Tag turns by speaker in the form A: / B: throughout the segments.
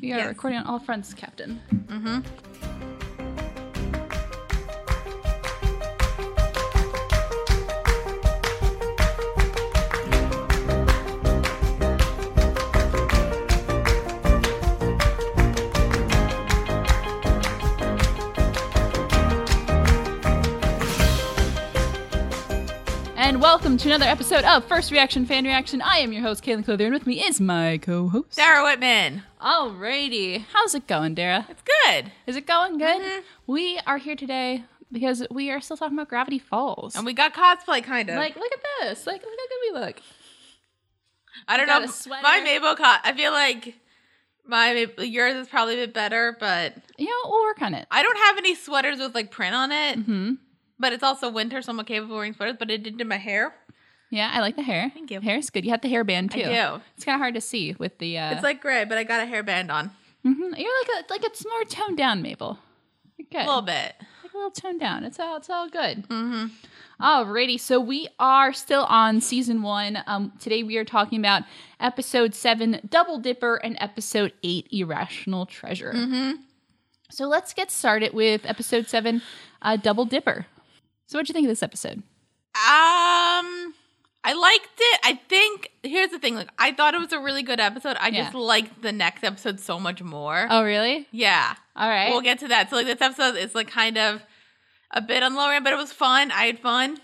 A: We are
B: Yes.
A: recording on all fronts, Captain. And welcome to another episode of First Reaction Fan Reaction. I am your host, Kaylin Clothier, and with me is my co-host.
B: Sarah Whitman.
A: Alrighty. How's it going, Dara?
B: It's good.
A: Is it going good?
B: Mm-hmm.
A: We are here today because we are still talking about Gravity Falls.
B: And we got cosplay kind of.
A: like, look at this. Like, look how good we look.
B: I don't
A: got
B: know.
A: a sweater.
B: My Mabo cos I feel like my Mab- yours is probably a bit better, but
A: You know, we'll work on it.
B: I don't have any sweaters with like print on it.
A: hmm
B: But it's also winter, so I'm okay with wearing sweaters, but it did to my hair.
A: Yeah, I like the hair.
B: Thank you.
A: Hair is good. You have the hairband too.
B: I do.
A: It's kind of hard to see with the. Uh,
B: It's like gray, but I got a hairband on.
A: mhm. you're like a, like it's more toned down, Mabel. You're good.
B: A little bit.
A: like a little toned down. It's all it's all good. Mm-hmm. Alrighty, so we are still on season one. Um, today we are talking about episode seven, Double Dipper, and episode eight, Irrational Treasure. So let's get started with episode seven, uh, Double Dipper. So what do you think of this episode?
B: Um I liked it. I think here's the thing, like I thought it was a really good episode. I
A: Yeah.
B: just liked the next episode so much more.
A: Oh, really?
B: Yeah.
A: All right.
B: We'll get to that. So like this episode is like kind of a bit on the lower end, but it was fun. I had fun.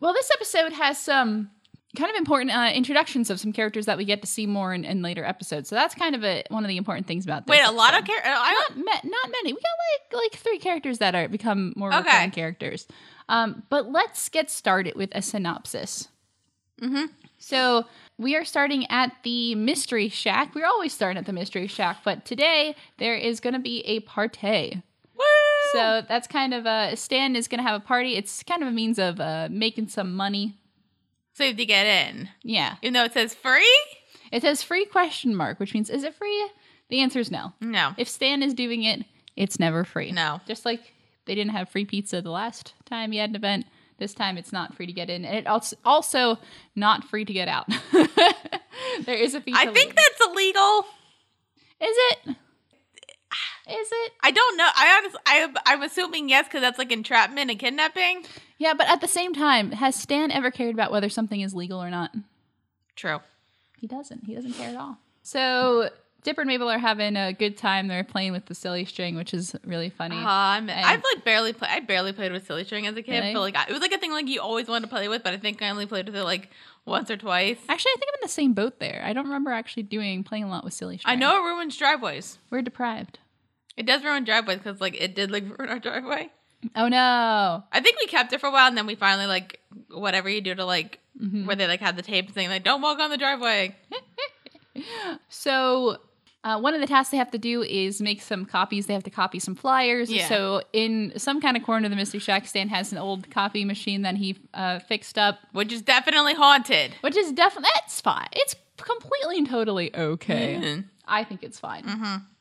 A: Well, this episode has some kind of important uh, introductions of some characters that we get to see more in, in later episodes. So that's kind of a, one of the important things about this.
B: Wait, a lot
A: episode.
B: of characters. I
A: not ma- not many. We got like like three characters that are become more
B: Okay.
A: recurring characters. Um, but let's get started with a synopsis.
B: Mhm.
A: So we are starting at the mystery shack. We're always starting at the mystery shack, but today there is going to be a party.
B: woo!
A: So that's kind of a Stan is going to have a party. It's kind of a means of uh, making some money.
B: so you have to get in,
A: Yeah,
B: even though it says free.
A: it says free question mark, which means is it free? The answer is no.
B: No,
A: If Stan is doing it, it's never free.
B: no.
A: Just like they didn't have free pizza the last time you had an event, this time it's not free to get in, and it also also not free to get out. there is a fee.
B: I
A: to
B: think
A: leave.
B: that's illegal.
A: is it. Is it?
B: I don't know. I honestly, I, I'm assuming yes because that's like entrapment and kidnapping.
A: Yeah, but at the same time, has Stan ever cared about whether something is legal or not?
B: True.
A: He doesn't. He doesn't care at all. So Dipper and Mabel are having a good time. They're playing with the silly string, which is really funny.
B: Um,
A: And-
B: I've like barely played. I barely played with silly string as a kid,
A: Really?
B: but like I, it was like a thing like you always wanted to play with. But I think I only played with it like once or twice.
A: Actually, I think I'm in the same boat there. I don't remember actually doing playing a lot with silly string.
B: I know it ruins driveways.
A: we're deprived.
B: It does ruin driveways because like it did like ruin our driveway.
A: Oh no.
B: I think we kept it for a while, and then we finally like whatever you do to like where they like had the tape saying like don't walk on the driveway.
A: So uh, one of the tasks they have to do is make some copies. They have to copy some flyers.
B: Yeah.
A: So in some kind of corner of the mystery shack, Stan has an old copy machine that he uh, fixed up,
B: which is definitely haunted.
A: which is definitely that's fine. It's completely and totally okay.
B: Mhm.
A: I think it's fine.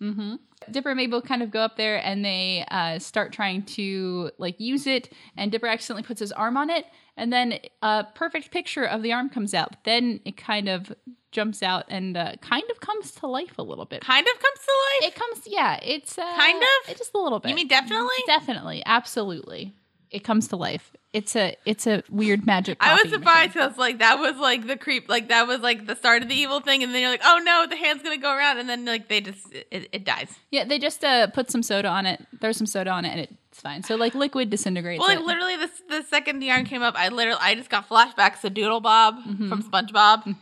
A: Mm-hmm. Dipper and Mabel kind of go up there and they uh, start trying to like use it, and Dipper accidentally puts his arm on it, and then a perfect picture of the arm comes out. Then it kind of jumps out and uh, kind of comes to life a little bit.
B: Kind of comes to life.
A: It comes, yeah. It's uh,
B: Kind of?
A: it's just a little bit.
B: you mean definitely?
A: definitely, absolutely. It comes to life. It's a it's a weird magic.
B: I was
A: copy machine.
B: surprised because like that was like the creep, like that was like the start of the evil thing, and then you're like, oh no, the hand's gonna go around, and then like they just it, it dies.
A: Yeah, they just uh, put some soda on it. Throw some soda on it, and it's fine. So like liquid disintegrates.
B: Well, like
A: it.
B: literally, the the second the iron came up, I literally I just got flashbacks to Doodle Bob from SpongeBob.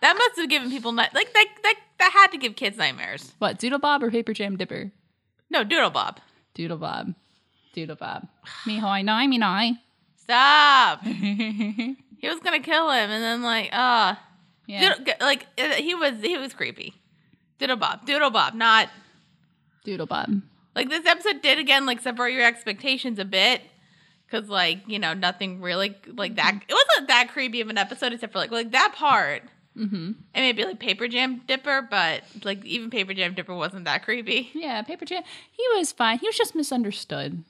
B: that must have given people night like that that that had to give kids nightmares.
A: What, Doodle Bob or Paper Jam Dipper?
B: No, Doodle Bob,
A: Doodle Bob. Doodle Bob. Me hoi nai, me nai.
B: stop. he was gonna kill him, and then like ah.
A: Yeah.
B: Doodle, like uh, he was he was creepy. Doodle Bob, Doodle Bob, not
A: Doodle Bob.
B: like this episode did again like separate your expectations a bit because like you know nothing really like that. It wasn't that creepy of an episode except for like like that part.
A: Mm-hmm.
B: And maybe like Paper Jam Dipper, but like even Paper Jam Dipper wasn't that creepy.
A: Yeah, Paper Jam. He was fine. He was just misunderstood.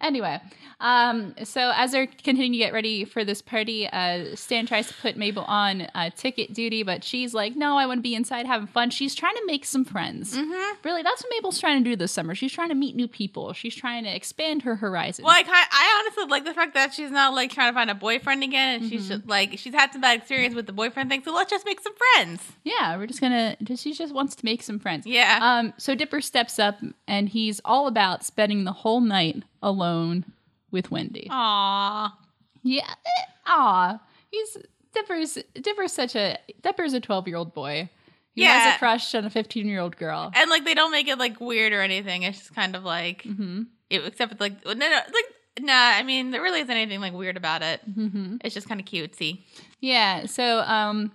A: Anyway, um, so as they're continuing to get ready for this party, uh, Stan tries to put Mabel on uh, ticket duty, but she's like, "No, I want to be inside having fun." She's trying to make some friends. Really, that's what Mabel's trying to do this summer. She's trying to meet new people. She's trying to expand her horizons.
B: Well, I, kind I honestly like the fact that she's not like trying to find a boyfriend again, and
A: Mm-hmm.
B: she's just, like she's had some bad experience with the boyfriend thing. So let's just make some friends.
A: Yeah, we're just gonna. She just wants to make some friends.
B: Yeah.
A: Um. So Dipper steps up, and he's all about spending the whole night alone with Wendy.
B: Aw,
A: Yeah. eh, Aw. He's Dipper's. Dipper's such a Dipper's a twelve year old boy. He has
B: Yeah.
A: a crush on a fifteen year old girl.
B: and like they don't make it like weird or anything. It's just kind of like
A: Mm-hmm.
B: it, except it's like no, no, like nah. I mean, there really isn't anything like weird about it. Mm-hmm. It's just kind of cutesy.
A: Yeah. So um,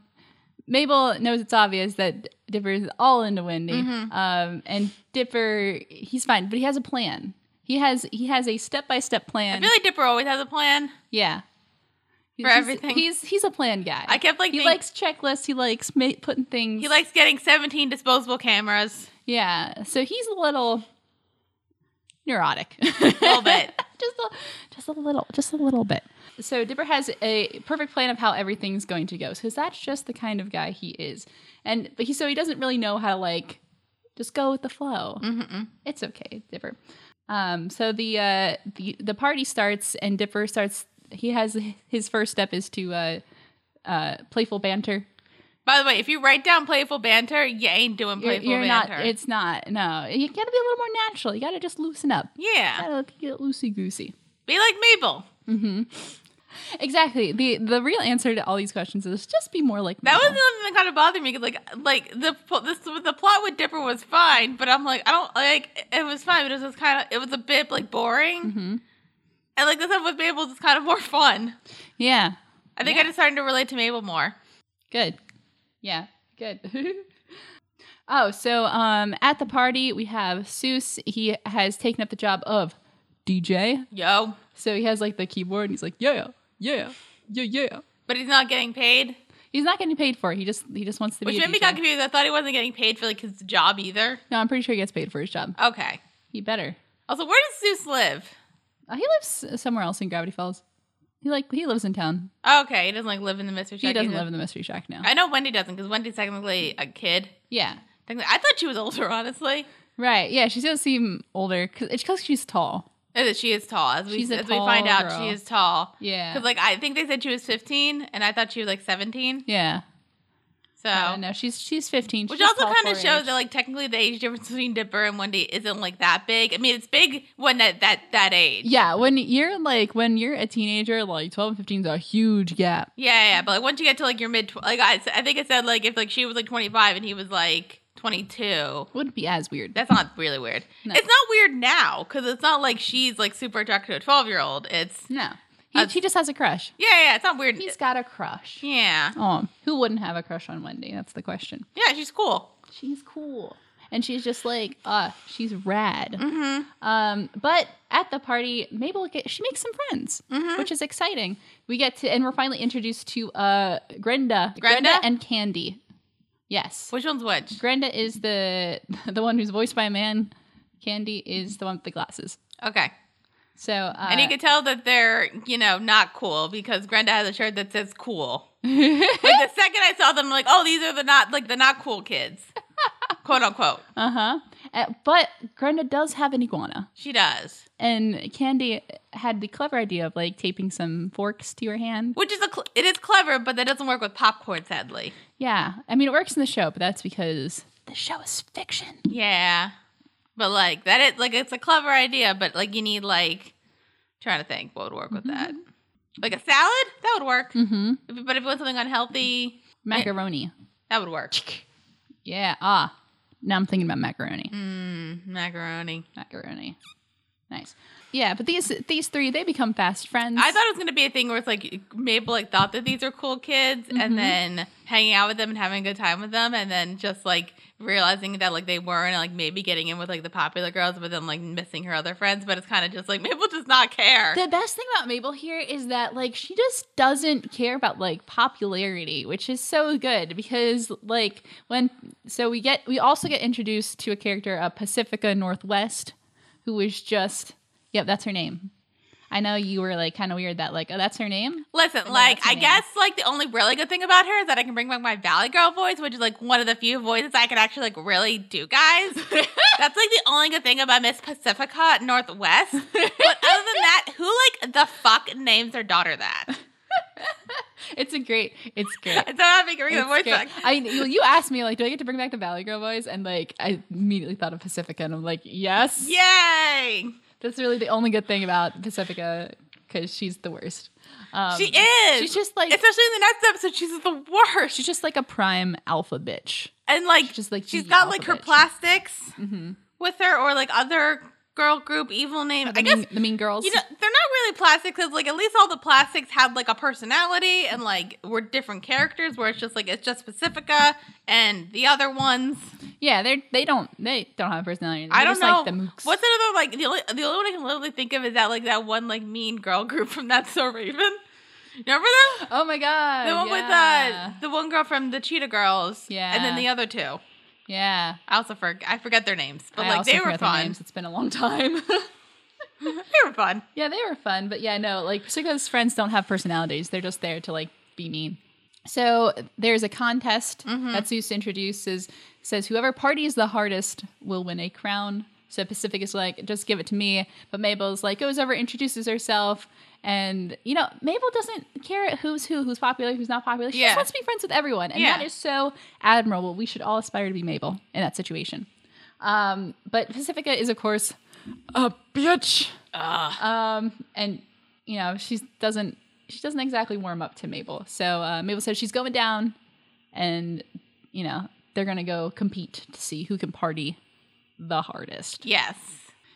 A: Mabel knows it's obvious that Dipper is all into Wendy.
B: Mm-hmm.
A: Um, and Dipper, he's fine, but he has a plan. He has he has a step by step plan.
B: I feel like Dipper always has a plan.
A: Yeah.
B: For
A: He's-
B: everything.
A: He's he's a plan guy.
B: I kept like
A: he
B: think-
A: likes checklists. He likes ma- putting things.
B: he likes getting seventeen disposable cameras.
A: yeah. So he's a little neurotic.
B: Little bit.
A: just a just a little just a little bit. So Dipper has a perfect plan of how everything's going to go. Cuz that's just the kind of guy he is. And but he so he doesn't really know how to like just go with the flow. It's okay, Dipper. Um, so the uh, the the party starts, and Dipper starts. He has his first step is to uh, uh, playful banter.
B: By the way, if you write down playful banter, you ain't doing
A: You're,
B: playful
A: you're not.
B: banter.
A: It's not. No, you gotta be a little more natural. You gotta just loosen up.
B: yeah,
A: Gotta get loosey goosey.
B: be like Mabel.
A: Exactly. the The real answer to all these questions is just be more like
B: That was the
A: Mabel.
B: only thing that kind of bothered me. 'cause, Like, like the pl- this, the plot with Dipper was fine, but I'm like, I don't like it was fine, but it was just kind of it was a bit like boring.
A: Mm-hmm.
B: And like the stuff with Mabel was kind of more fun.
A: Yeah.
B: I think I just started to relate to Mabel more.
A: Good. Yeah. Good. oh, so um, at the party we have Seuss. He has taken up the job of DJ.
B: Yo,
A: So he has like the keyboard and he's like, yeah, yeah, yeah, yeah.
B: but he's not getting paid,
A: He's not getting paid for it. He just he just wants to
B: which
A: be. a
B: made me
A: DJ.
B: got confused. I thought he wasn't getting paid for like his job either.
A: No, I'm pretty sure he gets paid for his job.
B: Okay.
A: He better.
B: Also, where does Zeus live?
A: Uh, he lives somewhere else in Gravity Falls. He like he lives in town.
B: Okay, he doesn't like live in the mystery.
A: He
B: shack
A: doesn't
B: either.
A: live in the mystery shack now.
B: I know Wendy doesn't because Wendy's technically a kid.
A: yeah.
B: Technically, I thought she was older, honestly.
A: Right. Yeah. She does seem older because it's because she's tall.
B: And that she is tall. As we
A: She's a
B: as we find
A: tall
B: out,
A: girl.
B: she is tall.
A: Yeah.
B: Because like I think they said she was 15, and I thought she was like 17.
A: Yeah.
B: So
A: Uh, no, she's she's 15.
B: Oh. which
A: She's
B: also
A: tall
B: kind of
A: for her
B: shows
A: age.
B: that like technically the age difference between Dipper and Wendy isn't like that big. I mean, it's big when at that that age. Yeah,
A: yeah. When you're like when you're a teenager, like 12 and 15 is a huge gap.
B: yeah. But like once you get to like your mid, tw- like I, s- I think it said like if like she was like 25 and he was like 22.
A: Wouldn't be as weird.
B: That's not really weird.
A: No.
B: It's not weird now because it's not like she's like super attracted to a 12 year old. It's
A: no. He,
B: Uh,
A: she just has a crush.
B: yeah, yeah. It's not weird.
A: He's got a crush.
B: yeah,
A: Oh, who wouldn't have a crush on Wendy? That's the question.
B: yeah. She's cool.
A: She's cool. And she's just like, uh, she's rad.
B: Mm-hmm.
A: Um, but at the party, Mabel get, she makes some friends,
B: Mm-hmm.
A: which is exciting. We get to, and we're finally introduced to uh, Grenda,
B: Grenda?
A: and Candy. Yes,
B: Which one's which?
A: Grenda is the the one who's voiced by a man. Candy is the one with the glasses.
B: Okay.
A: So, uh,
B: And you could tell that they're, you know, not cool because Grenda has a shirt that says cool. like the second I saw them, I'm like, oh, these are the not like the not cool kids. Quote unquote.
A: uh-huh. uh But Grenda does have an iguana,
B: She does.
A: and Candy had the clever idea of like taping some forks to your hand.
B: Which is a cl- it is clever, but that doesn't work with popcorn, sadly.
A: Yeah. I mean, it works in the show, but that's because the show is fiction.
B: Yeah. But like that is like it's a clever idea, but like you need like trying to think what would work with that. Like a salad? That would work.
A: Mm-hmm.
B: If- But if you want something unhealthy,
A: Macaroni.
B: that would work.
A: Yeah. Ah. Now I'm thinking about macaroni.
B: Mm, macaroni.
A: Macaroni. Nice. Yeah, but these these three they become fast friends.
B: I thought it was gonna be a thing where it's like Mabel like thought that these are cool kids,
A: Mm-hmm.
B: and then hanging out with them and having a good time with them, and then just like realizing that like they weren't, and like maybe getting in with like the popular girls, but then like missing her other friends. But it's kind of just like Mabel does not care.
A: the best thing about Mabel here is that like she just doesn't care about like popularity, which is so good because like when so we get we also get introduced to a character, uh, Pacifica Northwest, who is just yep, that's her name. I know you were like kind of weird that like, oh, that's her name.
B: Listen,
A: no,
B: like
A: that's her
B: I
A: name.
B: guess like the only really good thing about her is that I can bring back my Valley Girl voice, which is like one of the few voices I can actually like really do, guys. That's like the only good thing about Miss Pacifica Northwest. But other than that, who like the fuck names their daughter that?
A: It's a great. It's great.
B: It's not having bring the
A: It's
B: voice
A: great.
B: back.
A: I you you asked me like, do I get to bring back the Valley Girl voice? And like, I immediately thought of Pacifica, and I'm like, yes,
B: Yay!
A: That's really the only good thing about Pacifica because she's the worst. Um,
B: she is.
A: She's just like
B: especially in the next episode, she's the worst.
A: she's just like a prime alpha bitch.
B: and like
A: She's just like
B: she's
A: the
B: got like her
A: alpha bitch.
B: plastics
A: Mhm.
B: with her or like other girl group evil name.
A: The
B: I guess
A: mean, the mean girls.
B: You know, they're not really plastic because, like, at least all the plastics had like a personality and like were different characters. Where it's just like it's just Pacifica and the other ones.
A: yeah, they they don't they don't have personality. They're
B: I don't
A: just
B: know
A: Like the mooks.
B: what's another like the only the only one I can literally think of is that like that one like mean girl group from That's So Raven. Remember them?
A: oh my god,
B: The one
A: yeah.
B: with uh, the one girl from the Cheetah Girls. and then
A: Yeah.
B: the other two.
A: yeah.
B: I also forg I forget their names, but
A: I
B: like
A: also
B: they were
A: forgot their
B: fun.
A: names. It's been a long time.
B: they were fun.
A: yeah, they were fun, but yeah, no, like Pacifica's friends don't have personalities. They're just there to like be mean. So there's a contest that Zeus introduces. Says whoever parties the hardest will win a crown. So Pacific is like, just give it to me. But Mabel's like, goes over, introduces herself, and you know, Mabel doesn't care who's who, who's popular, who's not popular. She
B: Yeah.
A: just wants to be friends with everyone, and
B: Yeah.
A: that is so admirable. We should all aspire to be Mabel in that situation. Um, but Pacifica is, of course, a bitch. Um, and you know she doesn't she doesn't exactly warm up to Mabel. So uh, Mabel says she's going down, and you know they're gonna go compete to see who can party the hardest.
B: Yes.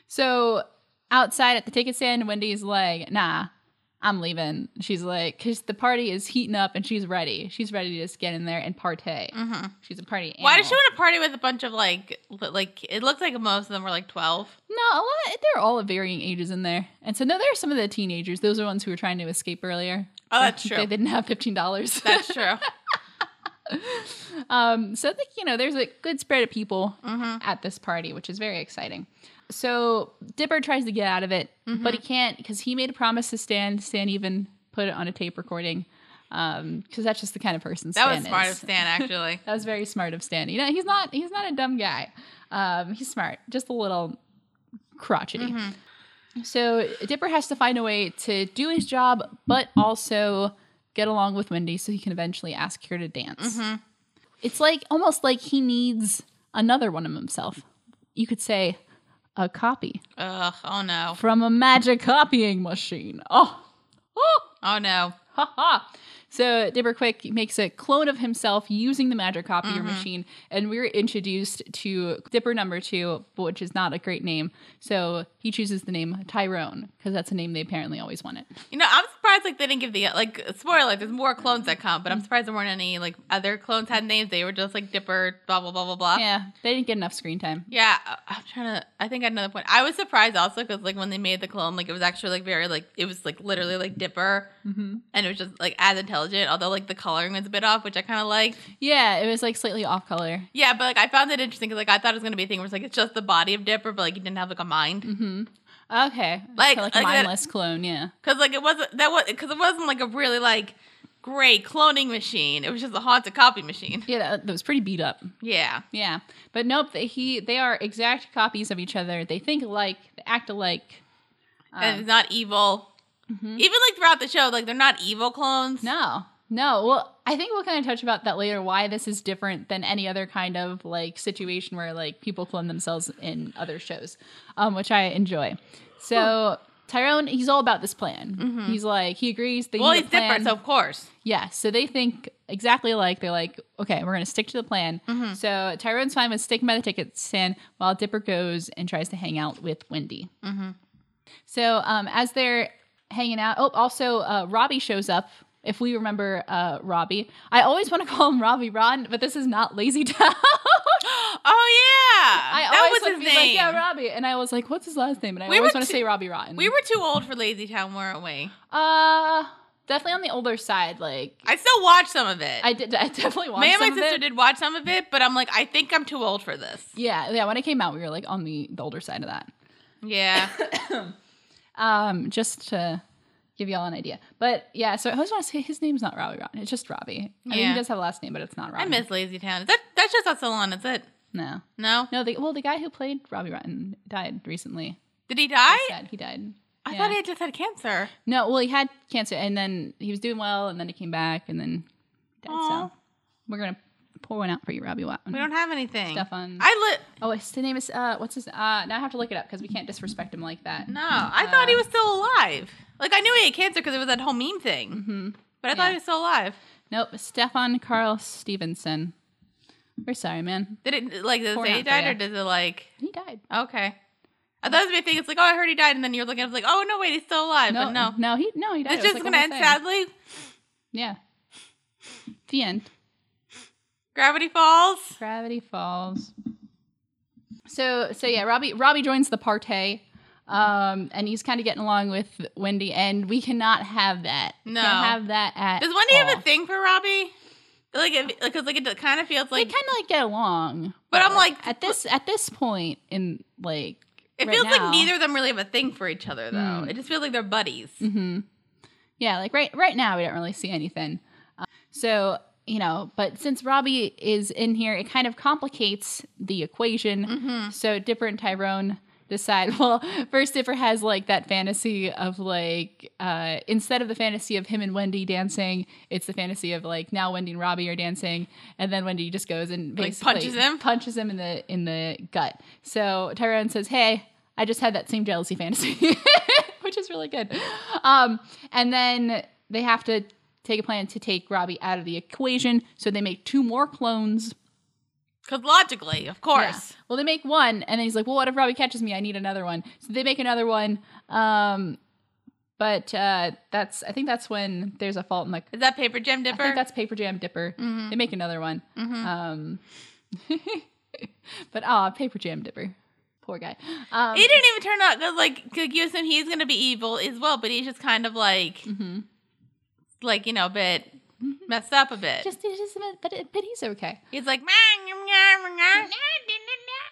A: So outside at the ticket stand, Wendy's like, "Nah, I'm leaving." She's like, "Cause the party is heating up, and she's ready. She's ready to just get in there and partay. She's a party."
B: Mm-hmm. Why does
A: animal.
B: she want to party with a bunch of like li- like it looks like most of them were like twelve.
A: No, a lot. They're all of varying ages in there, and so no, there are some of the teenagers. Those are ones who were trying to escape earlier.
B: Oh, that's
A: They
B: true.
A: didn't have fifteen dollars.
B: That's true.
A: um, so like you know, there's a good spread of people
B: Mm-hmm.
A: at this party, which is very exciting. So Dipper tries to get out of it, but he
B: Mm-hmm.
A: can't because he made a promise to Stan. Stan even put it on a tape recording because that's just the kind of person.
B: That
A: Stan
B: was smart
A: is.
B: of Stan, actually.
A: That was very smart of Stan. You know, he's not he's not a dumb guy. Um, he's smart, just a little crotchety. So Dipper has to find a way to do his job, but also get along with Wendy so he can eventually ask her to dance. It's like almost like he needs another one of himself. You could say a copy
B: Ugh. Oh no.
A: from a magic copying machine. Oh, oh.
B: Oh no.
A: Ha ha. So Dibber Quick makes a clone of himself using the magic copier machine, and we're introduced to Dipper number two, which is not a great name. So he chooses the name Tyrone, because that's a name they apparently always wanted.
B: You know, I'm surprised like they didn't give the like spoiler. Like, there's more clones that come, but
A: Mm-hmm.
B: I'm surprised there weren't any like other clones had names. They were just like Dipper, blah blah blah blah blah.
A: Yeah, they didn't get enough screen time.
B: Yeah, I- I'm trying to. I think I had another point. I was surprised also because like when they made the clone, like it was actually like very like it was like literally like Dipper,
A: Mm-hmm.
B: and it was just like as intelligent. Although like the coloring was a bit off, which I kind of liked.
A: Yeah, it was like slightly off color.
B: Yeah, but like I found it interesting because like I thought it was gonna be a thing where it's like it's just the body of Dipper, but like he didn't have like a mind.
A: Mm-hmm. Okay,
B: Like-
A: so like, a
B: like that-
A: mindless clone. Yeah,
B: Cause like it wasn't that was because it wasn't like a really like great cloning machine. It was just a haunted copy machine.
A: yeah, that, that was pretty beat up.
B: Yeah.
A: Yeah, but nope, they, he they are exact copies of each other. They think alike, they act alike.
B: and
A: Um,
B: it's not evil. Even like throughout the show, like they're not evil clones.
A: mm-hmm. No, no. Well, I think we'll kind of touch about that later. Why this is different than any other kind of like situation where like people clone themselves in other shows, um, which I enjoy. So Tyrone, he's all about this plan. He's like he agrees. They
B: Mm-hmm. Well,
A: need a
B: he's
A: plan.
B: different, so of course.
A: Yeah, so they think exactly alike. They're like, okay, we're going to stick to the plan.
B: Mm-hmm.
A: So Tyrone's fine with sticking by the ticket stand while Dipper goes and tries to hang out with Wendy.
B: Mm-hmm.
A: So um, as they're hanging out, oh, also uh, Robbie shows up. If we remember uh, Robbie, I always want to call him Robbie Ron, but this is not Lazy Town.
B: Oh yeah,
A: I
B: that
A: always
B: was
A: want
B: his
A: to be like,
B: name.
A: yeah, Robbie. And I was like, what's his last name? And I
B: We
A: always
B: were
A: want to
B: too-
A: say Robbie Rotten.
B: we were too old for Lazy Town, weren't we?
A: uh, definitely on the older side. Like, I,
B: I still watched some of it.
A: did, I definitely watched
B: Me and my
A: some of
B: sister
A: it.
B: did watch some of it, but I'm like, I think I'm too old for this.
A: Yeah, yeah. When it came out, we were like on the, the older side of that.
B: Yeah.
A: Um, just to give y'all an idea. But yeah, so I always want to say his name's not Robbie Ron. It's just Robbie. I mean,
B: Yeah.
A: he does have a last name, but it's not Robbie.
B: I miss Lazy Town. Is That that's just not so long, is it?
A: no.
B: No.
A: No, the, well, the guy who played Robbie Rotten died recently.
B: Did he die?
A: He said he died.
B: I
A: yeah.
B: thought he had just had cancer.
A: No, well, he had cancer, and then he was doing well, and then he came back, and then he died.
B: Aw.
A: So we're gonna pour one out for you, Robbie Watt.
B: We don't have anything.
A: stuff on.
B: I li-
A: oh, his name is uh, what's his? Uh, now I have to look it up because we can't disrespect him like that.
B: No, I thought he was still alive. Like I knew he had cancer because it was that whole meme thing. Mm-hmm. But I thought
A: Yeah.
B: he was still alive.
A: Nope, Stefan Carl Stevenson. We're sorry, man.
B: Did it like does it
A: Pouring
B: say
A: out
B: he
A: for
B: died or
A: ya.
B: does it like
A: He died.
B: okay? I thought it was gonna be a thing. It's like oh, I heard he died, and then you're looking. I was like, oh no, wait, he's still alive.
A: No,
B: but no,
A: no, he no, he died. It was
B: it's
A: like
B: just
A: a
B: gonna
A: whole
B: end
A: thing.
B: sadly.
A: Yeah. The end.
B: Gravity falls.
A: Gravity Falls. So so yeah, Robbie Robbie joins the party, um, and he's kind of getting along with Wendy, and we cannot have that.
B: No.
A: Can't have that at.
B: Does Wendy
A: all.
B: have a thing for Robbie? Like, if, like, 'cause, like it kind of feels
A: They
B: like
A: kind of like get along,
B: But I'm like-
A: at this at this point in like
B: it
A: right
B: feels
A: now-
B: like neither of them really have a thing for each other though.
A: Mm.
B: It just feels like they're buddies.
A: Mm-hmm. Yeah, like right right now we don't really see anything. Uh, so you know, but since Robbie is in here, it kind of complicates the equation.
B: Mm-hmm.
A: So Dipper and Tyrone decide. Well, first Dipper has like that fantasy of like uh, instead of the fantasy of him and Wendy dancing, it's the fantasy of like now Wendy and Robbie are dancing, and then Wendy just goes and
B: Like,
A: basically
B: punches him?
A: punches him in the in the gut. So Tyrone says, "Hey, I just had that same jealousy fantasy," which is really good. Um, and then they have to take a plan to take Robbie out of the equation, so they make two more clones.
B: Because logically, of course.
A: Yeah. Well, they make one, and then he's like, "Well, what if Robbie catches me? I need another one." So they make another one. Um, but uh, that's I think that's when there's a fault in the
B: Is that paper gem dipper?
A: I think that's Paper Jam Dipper. They make another one. Um, but ah, Paper Jam Dipper. Poor guy. Um,
B: He didn't even turn out because, like, cause you assume he's gonna be evil as well, but he's just kind of like,
A: Mm-hmm.
B: like you know, a bit messed up a bit.
A: just, it's just, but, but he's okay.
B: he's like,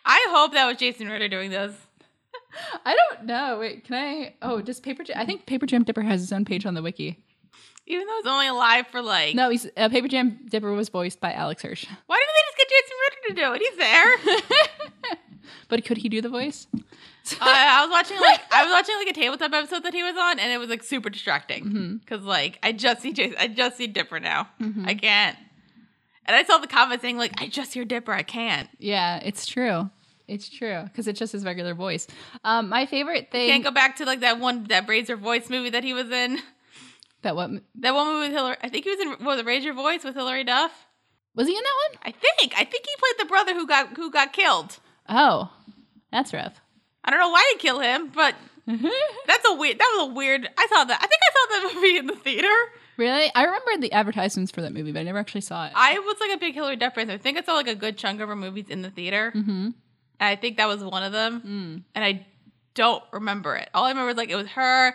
B: I hope that was Jason Ritter doing this.
A: I don't know. Wait, can I? Oh, does Paper Jam? I think Paper Jam Dipper has his own page on the wiki.
B: Even though he's only alive for like,
A: No, he's uh, Paper Jam Dipper was voiced by Alex Hirsch.
B: why didn't they just get Jason Ritter to do it? He's there.
A: But could he do the voice?
B: uh, I was watching like I was watching like a tabletop episode that he was on, and it was like super distracting because like I just see Jason, I just see Dipper now. I can't. And I saw the comment saying like, I just hear Dipper. I can't.
A: Yeah, it's true. It's true because it's just his regular voice. Um, my favorite thing
B: Can't go back to like that one that raise your voice movie that he was in.
A: that what
B: That one movie with Hillary. I think he was in what was it raise your voice with Hillary Duff.
A: was he in that one?
B: I think I think he played the brother who got who got killed.
A: Oh, that's rough.
B: I don't know why they kill him, but that's a weird. That was a weird. I saw that. I think I saw that movie in the theater.
A: Really? I remember the advertisements for that movie, but I never actually saw it.
B: I was like a big Hillary Duff fan. so I think I saw like a good chunk of her movies in the theater. Mm-hmm. I think that was one of them, and I don't remember it. All I remember is like it was her,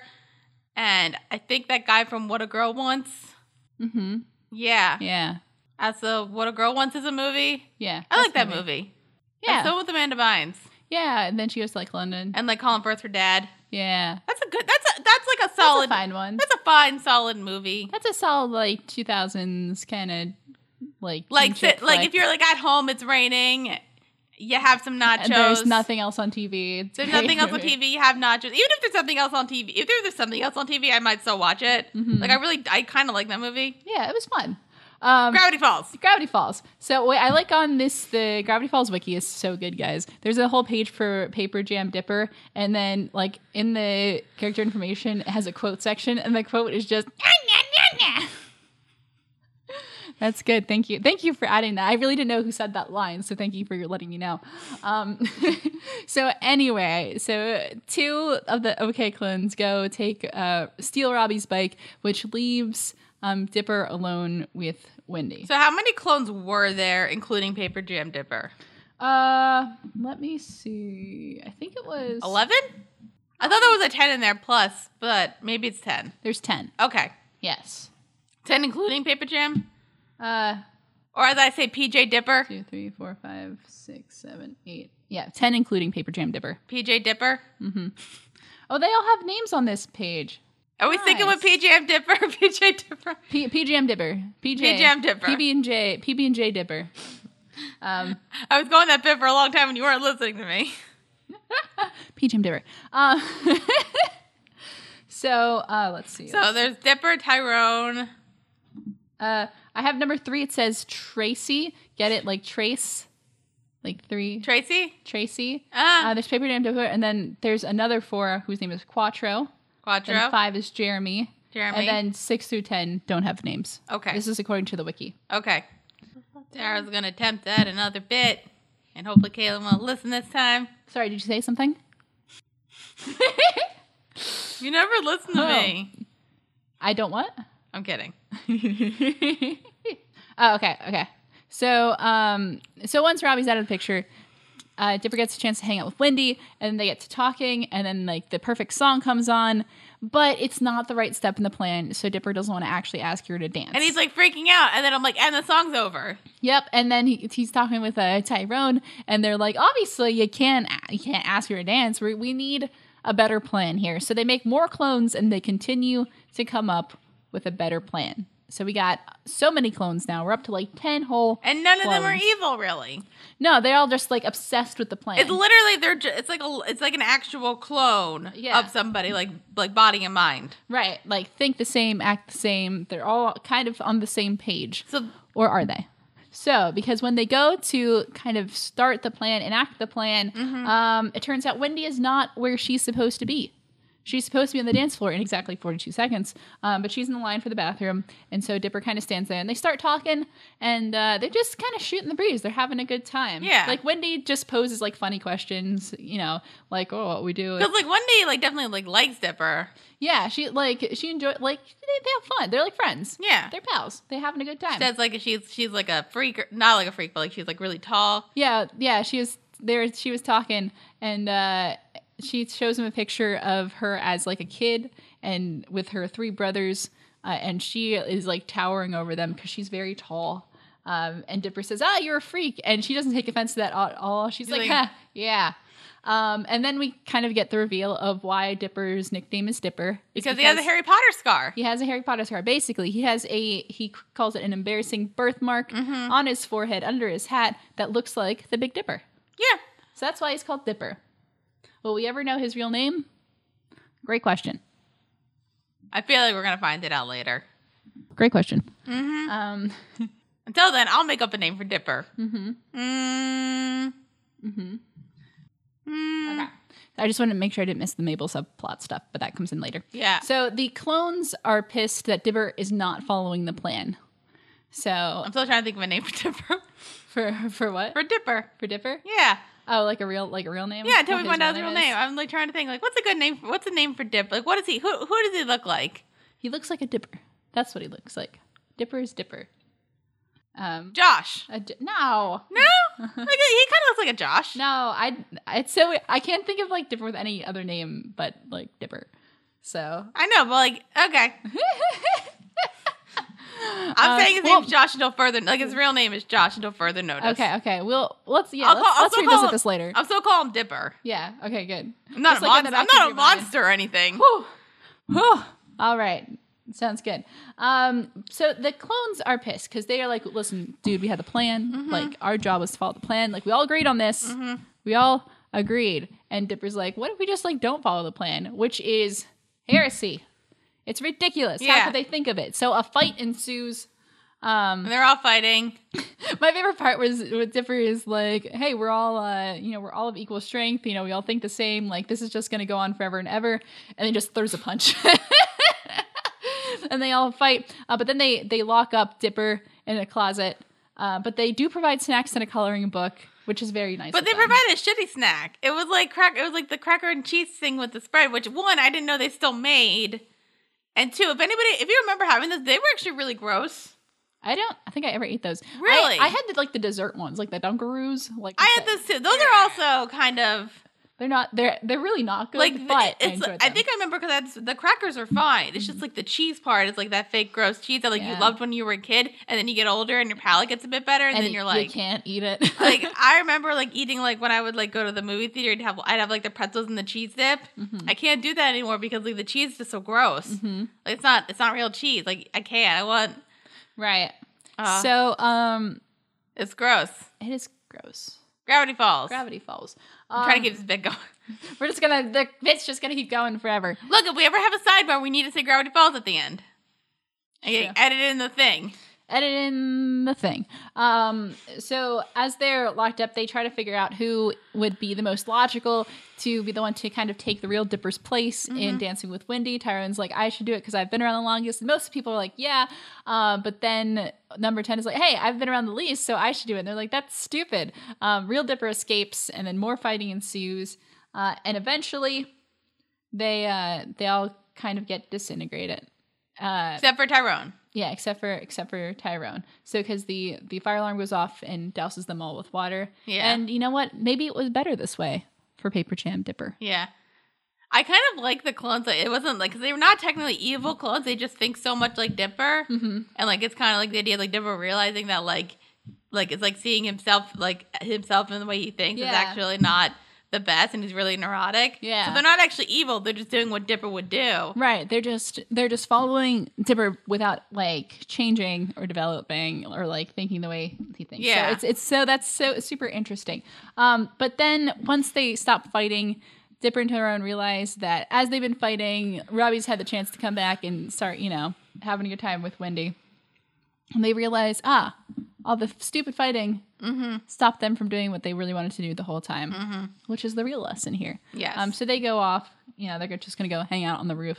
B: and I think that guy from What a Girl Wants.
A: Mm-hmm.
B: Yeah,
A: Yeah.
B: as the What a Girl Wants is a movie.
A: Yeah.
B: I like that
A: That's
B: movie.
A: Yeah.
B: Yeah, so with Amanda Bynes
A: yeah. And then she goes to like London.
B: and like Colin Firth her dad.
A: Yeah.
B: That's a good. That's a, that's like a
A: That's
B: solid.
A: a fine one.
B: that's a fine, solid movie.
A: That's a solid like 2000s kind of like
B: Like
A: kinship
B: sit, like
A: flick.
B: if you're like at home, it's raining. You have some nachos.
A: And there's nothing else on TV. It's
B: There's
A: great
B: nothing else on
A: movie.
B: TV. You have nachos. Even if there's something else on TV, if there's something else on TV, I might still watch it.
A: Mm-hmm.
B: Like I really, I kind of like that movie.
A: Yeah, it was fun. Um,
B: Gravity Falls.
A: Gravity Falls. So wait, I like on this the Gravity Falls wiki is so good, guys. There's a whole page for Paper Jam Dipper, and then like in the character information it has a quote section, and the quote is just. "Nya, nya, nya, nya." That's good. Thank you. Thank you for adding that. I really didn't know who said that line, so thank you for letting me know. Um, so anyway, so two of the OK clones go take uh, steal Robbie's bike, which leaves um, Dipper alone with Wendy.
B: So how many clones were there, including Paper Jam Dipper?
A: Uh, let me see. I think it was
B: Eleven? I thought there was a ten in there plus, but maybe it's ten.
A: There's ten.
B: Okay,
A: Yes.
B: ten including Paper Jam,
A: Uh,
B: or as I say, PJ Dipper.
A: two, three, four, five, six, seven, eight. Yeah, ten including Paper Jam Dipper.
B: PJ Dipper.
A: Oh, they all have names on this page.
B: I was thinking with
A: Nice.
B: PJM Dipper, PJ Dipper.
A: P- PJM Dipper. PJ.
B: PJM Dipper.
A: PB and J. PB and J Dipper. Um,
B: I was going that bit for a long time and you weren't listening to me.
A: PJM Dipper. Um, so uh, let's see.
B: So there's Dipper, Tyrone.
A: uh, I have number three. It says Tracy. Get it? Like Trace. Like three.
B: Tracy?
A: Tracy.
B: Ah,
A: Uh, there's Paper Jam Dipper. And then there's another four whose name is Quattro. Then
B: Quattro.
A: five is Jeremy.
B: Jeremy.
A: And then six through ten don't have names.
B: Okay.
A: This is according to the wiki.
B: okay. Tara's going to attempt that another bit. And hopefully Kaylin will listen this time.
A: Sorry, did you say something?
B: You never listen to
A: Oh.
B: me.
A: I don't what?
B: I'm kidding.
A: oh, okay, okay. So, um, so once Robbie's out of the picture, uh, Dipper gets a chance to hang out with Wendy, and they get to talking, and then like the perfect song comes on, but it's not the right step in the plan, so Dipper doesn't want to actually ask her to dance.
B: And he's like freaking out. And then I'm like, and the song's over.
A: "Yep," and then he, he's talking with uh, Tyrone, and they're like, "Obviously, you can't you can't ask her to dance. We we need a better plan here." So they make more clones, and they continue to come up with a better plan. So we got so many clones now. We're up to like ten whole.
B: And none of them are
A: clones.
B: evil, really.
A: No, they're all just like obsessed with the plan.
B: It's literally they're ju- it's like a it's like an actual clone
A: Yeah.
B: of somebody like like body and mind.
A: right, like think the same, act the same. They're all kind of on the same page.
B: So
A: or are they? So, because when they go to kind of start the plan, enact the plan,
B: Mm-hmm.
A: um, it turns out Wendy is not where she's supposed to be. She's supposed to be on the dance floor in exactly 42 seconds, um, but she's in the line for the bathroom. And so Dipper kind of stands there and they start talking and uh, they're just kind of shooting the breeze. They're having a good time.
B: Yeah.
A: Like Wendy just poses like funny questions, you know, like, oh, what we do. is-
B: because like one day like definitely like likes Dipper.
A: Yeah. She like, she enjoyed, like, they, they have fun. They're like friends.
B: Yeah.
A: They're pals. They're having a good time.
B: That's like she's she's like a freak, or- not like a freak, but like she's like really tall.
A: Yeah, yeah, she was there. She was talking, and uh, she shows him a picture of her as like a kid, and with her three brothers, uh, and she is like towering over them because she's very tall. Um, and Dipper says, "Ah, you're a freak," and she doesn't take offense to that at all. She's like,
B: like-
A: "Huh, "Yeah." Um, and then we kind of get the reveal of why Dipper's nickname is Dipper It's
B: Because, he has a Harry Potter scar.
A: he has a Harry Potter scar. Basically, he has a he calls it an embarrassing birthmark
B: Mm-hmm.
A: on his forehead under his hat that looks like the Big Dipper.
B: Yeah.
A: So that's why he's called Dipper. Will we ever know his real name? Great question.
B: I feel like we're gonna find it out later.
A: Great question.
B: Mm-hmm.
A: Um,
B: Until then, I'll make up a name for Dipper. Mm-hmm. Mm. Mm.
A: okay. I just wanted to make sure I didn't miss the Mabel subplot stuff, but that comes in later.
B: Yeah.
A: So the clones are pissed that Dipper is not following the plan. So
B: I'm still trying to think of a name for Dipper.
A: for for what
B: Um. for Dipper.
A: for Dipper?
B: Yeah.
A: Oh, like a real like a real name?
B: Yeah, tell
A: What his
B: me find out his real
A: is.
B: name. I'm like trying to think, like, what's a good name? For, what's a name for Dip? Like, what is he? Who, who does he look like?
A: He looks like a dipper. That's what he looks like. Dipper is dipper. Um,
B: Josh.
A: a di- no,
B: No, like he kind of looks like a Josh.
A: no, I. It's so I can't think of like dipper with any other name but like dipper. So
B: I know, but like, okay. I'm
A: Um,
B: saying his
A: well-
B: name's Josh until further. Like his real name is Josh until further notice.
A: okay, okay, we'll let's yeah
B: I'll
A: let's,
B: call- I'll
A: let's
B: still
A: revisit
B: call-
A: this later.
B: I'm still calling him Dipper.
A: yeah, okay, good.
B: I'm not
A: Just,
B: a
A: like, in the
B: monster. I'm
A: back of
B: not a
A: your mind.
B: monster or anything.
A: Whew. Whew. All right. Sounds good. Um, so the clones are pissed because they are like, listen, dude, we had the plan. Like, our job was to follow the plan. Like, we all agreed on this. We all agreed. And Dipper's like, what if we just like don't follow the plan, which is heresy. It's ridiculous. How
B: Yeah.
A: could they think of it? So a fight ensues. um,
B: And they're all fighting.
A: My favorite part was with Dipper is like, hey, we're all, uh, you know, we're all of equal strength. You know, we all think the same. Like, this is just going to go on forever and ever. And then just throws a punch. and they all fight. Uh, but then they, they lock up Dipper in a closet. Uh, but they do provide snacks and a coloring book, which is very nice.
B: But
A: of
B: they
A: them.
B: provided a shitty snack. It was like crack. It was like the cracker and cheese thing with the spread, which one I didn't know they still made, and two, if anybody, if you remember having this, they were actually really gross.
A: I don't I think I ever ate those. I-
B: Really?
A: I, had the, like the dessert ones, like the Dunkaroos. Like
B: I had those too. Those are also kind of
A: They're not. They're they're really not good.
B: Like
A: Like, but I
B: it's,
A: enjoyed
B: I
A: them.
B: think I remember because that's the crackers are fine. It's just like the cheese part. It's like that fake gross cheese that like
A: Yeah.
B: you loved when you were a kid, and then you get older and your palate gets a bit better, and,
A: and
B: then you're
A: you
B: like,
A: can't eat it.
B: like I remember like eating like when I would like go to the movie theater and have I'd have like the pretzels and the cheese dip.
A: Mhm.
B: I can't do that anymore because like the cheese is just so gross.
A: Mhm.
B: Like it's not it's not real cheese. Like I can't. I want
A: right.
B: uh,
A: so um,
B: it's gross.
A: it is gross.
B: Gravity Falls.
A: Gravity Falls.
B: I'm trying to keep this bit going.
A: Um, We're just gonna. The bit's just gonna keep going forever.
B: Look, if we ever have a sidebar, we need to say Gravity Falls at the end. And
A: Sure.
B: edit in the thing.
A: Edit in the thing. Um, so as they're locked up, they try to figure out who would be the most logical to be the one to kind of take the real Dipper's place in Dancing with Wendy. Tyrone's like, I should do it because I've been around the longest. And most people are like, yeah. Uh, but then number 10 is like, hey, I've been around the least, so I should do it. And they're like, that's stupid. Um, real Dipper escapes, and then more fighting ensues. Uh, and eventually, they uh, they all kind of get disintegrated. Uh,
B: Except for Tyrone.
A: yeah, except for except for Tyrone. So because the the fire alarm goes off and douses them all with water.
B: Yeah.
A: And you know what? Maybe it was better this way for Paper Jam Dipper.
B: Yeah. I kind of like the clones. Like, it wasn't like, because they were not technically evil clones. They just think so much like Dipper.
A: Mm-hmm.
B: And like, it's kind of like the idea of like Dipper realizing that like, like it's like seeing himself, like himself in the way he thinks
A: Yeah.
B: is actually not the best and he's really neurotic.
A: Yeah.
B: So they're not actually evil. They're just doing what Dipper would do.
A: Right. They're just they're just following Dipper without like changing or developing or like thinking the way he thinks.
B: Yeah.
A: So it's it's so that's so super interesting. Um, but then once they stop fighting. Dipper and Tyrone realize that as they've been fighting, Robbie's had the chance to come back and start, you know, having a good time with Wendy. And they realize, ah, all the stupid fighting
B: Mm-hmm.
A: stopped them from doing what they really wanted to do the whole time, which is the real lesson here.
B: Yes.
A: Um, so they go off, you know, they're just going to go hang out on the roof.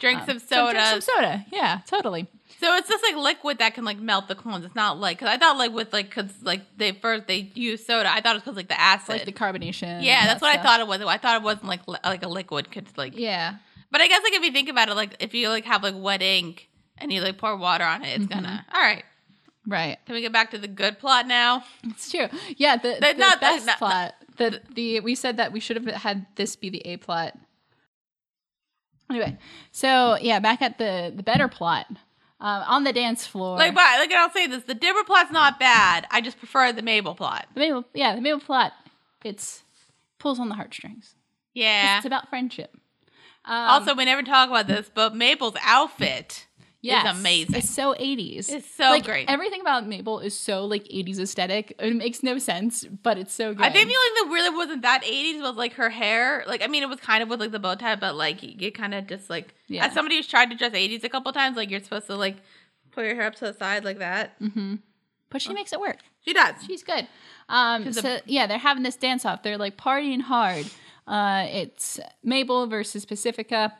B: Drink some
A: Um, So
B: soda.
A: drink some soda. Yeah, totally.
B: So it's just like liquid that can like melt the clones. It's not like because I thought like with like because like they first they use soda. I thought it was because like the acid.
A: Like the carbonation. and
B: yeah,
A: all
B: that's
A: that
B: what I
A: stuff.
B: thought it was. I thought it wasn't like li- like a liquid could like.
A: Yeah.
B: But I guess like if you think about it, like if you like have like wet ink and you like pour water on it, it's gonna. All right,
A: Right.
B: can we get back to the good plot now?
A: It's true. Yeah, the, the,
B: They're not- they're
A: best
B: not-
A: plot. The, the we said that we should have had this be the A plot. Anyway, so yeah, back at the the better plot. Um, on the dance floor.
B: Like, but like I'll say this: the Dibber plot's not bad. I just prefer the Mabel plot.
A: The Mabel, yeah, the Mabel plot. It's pulls on the heartstrings.
B: Yeah.
A: It's about friendship. Um,
B: also, we never talk about this, but Mabel's outfit is amazing.
A: It's so eighties.
B: It's so
A: like,
B: great.
A: Everything about Mabel is so like eighties aesthetic. It makes no sense, but it's so good.
B: I think the only thing that really wasn't that 80s was like her hair. Like, I mean, it was kind of with like the bow tie, but like you kind of just like,
A: Yeah.
B: as somebody who's tried to dress 80s a couple times, like you're supposed to like pull your hair up to the side like that.
A: but she makes it work.
B: She does.
A: She's good. Um,
B: She's a-
A: so yeah, they're having this dance off. They're like partying hard. Uh, it's Mabel versus Pacifica,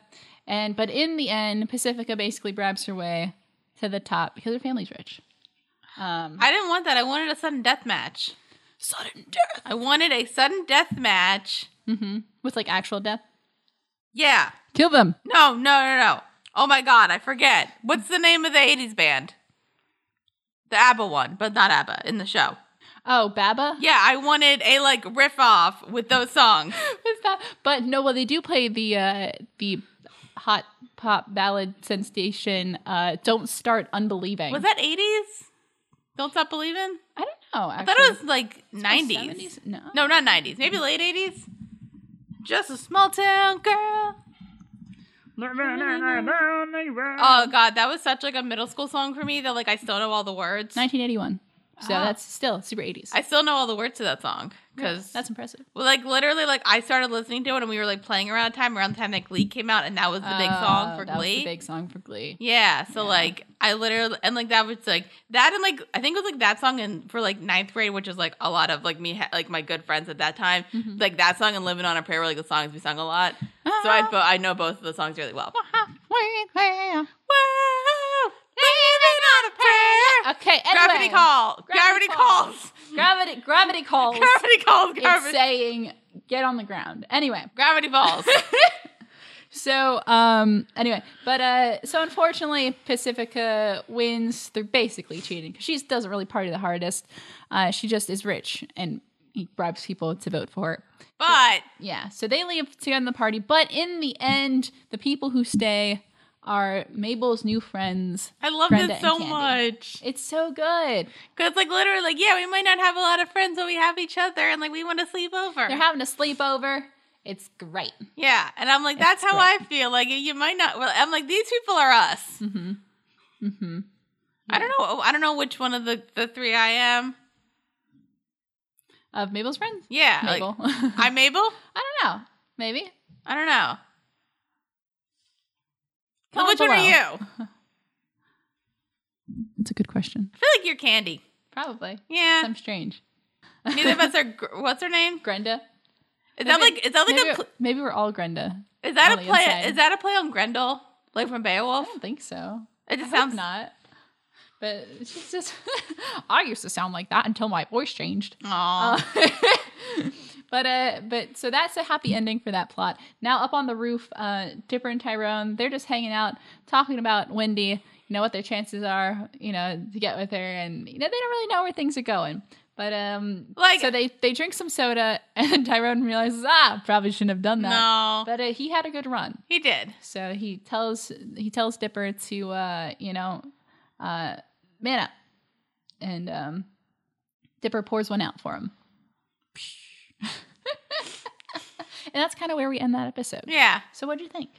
A: and but in the end, Pacifica basically grabs her way to the top because her family's rich. Um,
B: I didn't want that. I wanted a sudden death match.
A: sudden death.
B: I wanted a sudden death match.
A: hmm With like actual death.
B: Yeah.
A: Kill them.
B: No, no, no, no. Oh my God, I forget. What's the name of the 80s band? The ABBA one, but not ABBA in the show.
A: Oh, Baba.
B: Yeah, I wanted a like riff off with those songs.
A: With Ba- But no, well, they do play the uh, the hot pop ballad sensation. Uh, Don't start unbelieving.
B: Was that 80s? Don't stop believing?
A: I don't know.
B: I
A: Actually.
B: thought it was like 90s.
A: 70s? No.
B: No, not 90s. Maybe late 80s. Just a small town girl. Oh god, that was such like a middle school song for me that like I still know all the words.
A: 1981. So
B: Ah.
A: that's still super 80s.
B: I still know all the words to that song because
A: that's impressive.
B: like literally like I started listening to it and we were like playing around the time around the time that Glee came out and that was the big
A: Oh,
B: song for
A: that was
B: Glee.
A: the big song for Glee.
B: Yeah. So like I literally and like that was like that and like I think it was like that song and for like ninth grade, which is like a lot of like me ha- like my good friends at that time,
A: Mm-hmm.
B: like that song and Living on a Prayer were like the songs we sung a lot. So
A: Uh-huh.
B: I bo- I know both of the songs really well. Whoa, living on a prayer.
A: Okay, anyway.
B: Gravity call.
A: Gravity
B: Gravity,
A: Calls.
B: calls.
A: Gravity, gravity calls.
B: Gravity calls.
A: It's
B: Gravity.
A: saying get on the ground. Anyway.
B: Gravity falls.
A: So, um, anyway, but uh, so unfortunately, Pacifica wins. They're basically cheating because she doesn't really party the hardest. Uh, she just is rich and he bribes people to vote for it.
B: But
A: Yeah, so they leave to get in the party, but in the end, the people who stay are Mabel's new friends.
B: I love
A: Brenda
B: it so
A: and Candy.
B: much.
A: It's so good.
B: Because, like, literally, like, yeah, we might not have a lot of friends, but we have each other, and, like, we want to sleep over.
A: They're having a sleepover. It's great.
B: yeah. And I'm like, that's
A: It's
B: how I feel. Like, you might not. Well, I'm like, these people are us.
A: Mm-hmm. Mm-hmm.
B: I don't know. I don't know which one of the, the three I am.
A: Of Mabel's friends?
B: Yeah. like,
A: Mabel. I,
B: I'm Mabel?
A: don't know. Maybe.
B: I don't know. So
A: Comment
B: which one are
A: below.
B: you? I feel
A: That's a good question.
B: like you're Candy.
A: Probably.
B: Yeah.
A: I'm strange.
B: Neither of us are. gr- What's her name?
A: Grenda.
B: Is that
A: Maybe-
B: like? Is that like
A: maybe,
B: a? Pl-
A: maybe we're all Grenda.
B: is that
A: on
B: a
A: the
B: play?
A: inside.
B: Is that a play on Grendel? Like from
A: I
B: Beowulf?
A: don't think so.
B: It
A: I
B: just
A: hope
B: sounds.
A: not. But she's just. I used to sound like that until my voice changed.
B: Aw.
A: Uh, but uh, but so that's a happy ending for that plot. Now up on the roof, uh, Dipper and Tyrone they're just hanging out, talking about Wendy. You know what their chances are. You know to get with her, and you know they don't really know where things are going. But um,
B: Like-
A: so they they drink some soda, and Tyrone realizes ah probably shouldn't have done that.
B: no,
A: But uh, he had a good run.
B: he did.
A: So he tells he tells Dipper to uh, you know, uh, man up, and um, Dipper pours one out for him. and that's kind of where we end that episode.
B: Yeah,
A: So what do you think?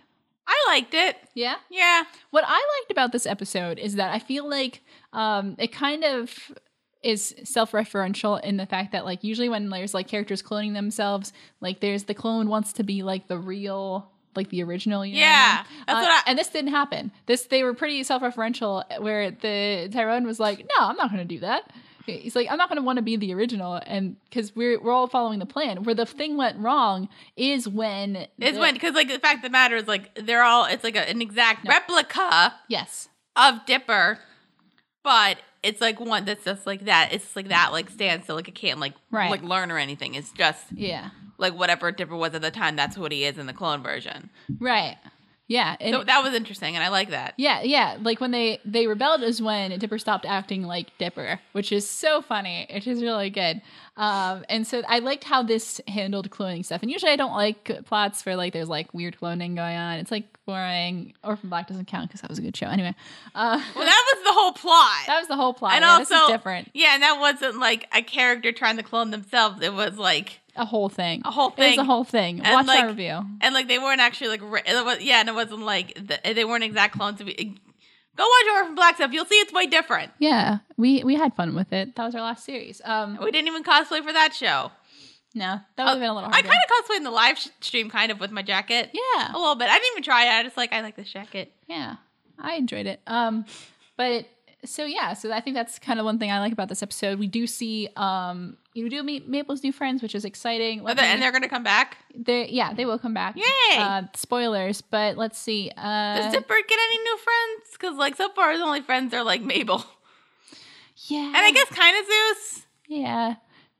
B: I liked it.
A: Yeah.
B: Yeah,
A: What I liked about this episode is that I feel like um, it kind of is self-referential in the fact that like usually when there's like characters cloning themselves, like there's the clone wants to be like the real, like the original. You know what I mean?
B: yeah. That's
A: Uh,
B: what I.
A: and this didn't happen. This they were pretty self-referential, where the Tyrone was like, "No, I'm not going to do that." He's like, "I'm not going to want to be the original," and because we're we're all following the plan. Where the thing went wrong is when
B: It's
A: the-
B: when because like the fact of the matter is like they're all it's like a, an exact
A: No.
B: replica
A: yes,
B: of Dipper, but it's like one that's just like that. It's like that like stands so like it can't like
A: Right.
B: like learn or anything. It's just
A: yeah,
B: like whatever Dipper was at the time. That's what he is in the clone version.
A: right, yeah, and
B: so that was interesting, and I like that.
A: yeah, yeah. Like when they they rebelled is when Dipper stopped acting like Dipper, which is so funny. It is really good. Um, and so I liked how this handled cloning stuff. And usually I don't like plots where like there's like weird cloning going on. It's like boring. Orphan Black doesn't count because that was a good show. Anyway, uh,
B: Well, that was the whole plot.
A: that was the whole plot.
B: And
A: yeah, this is
B: also-
A: different.
B: yeah, and that wasn't like a character trying to clone themselves. It was like
A: A whole thing.
B: a whole
A: It
B: thing.
A: is a whole thing.
B: And,
A: Watch
B: like,
A: our review.
B: and like they weren't actually like re- it was, yeah, and it wasn't like the, they weren't exact clones. Of, e-, go watch Orphan Black stuff. You'll see it's way different.
A: Yeah, we we had fun with it. That was our last series. Um,
B: We didn't even cosplay for that show.
A: no, that would have been a little harder.
B: I kind of cosplayed in the live sh- stream, kind of with my jacket.
A: yeah.
B: A little bit. I didn't even try it. I just like I like this jacket.
A: Yeah, I enjoyed it. Um, but so yeah, so I think that's kind of one thing I like about this episode. We do see, um, you do meet Maple's new friends, which is exciting.
B: But
A: Let's
B: the-
A: see-
B: and Oh, they're gonna come back.
A: they- yeah, they will come back.
B: Yay!
A: Uh, spoilers, but let's see.
B: Does
A: Uh,
B: Dipper get any new friends? Because like so far his only friends are like Mabel
A: yeah,
B: and I guess kind of Zeus.
A: yeah,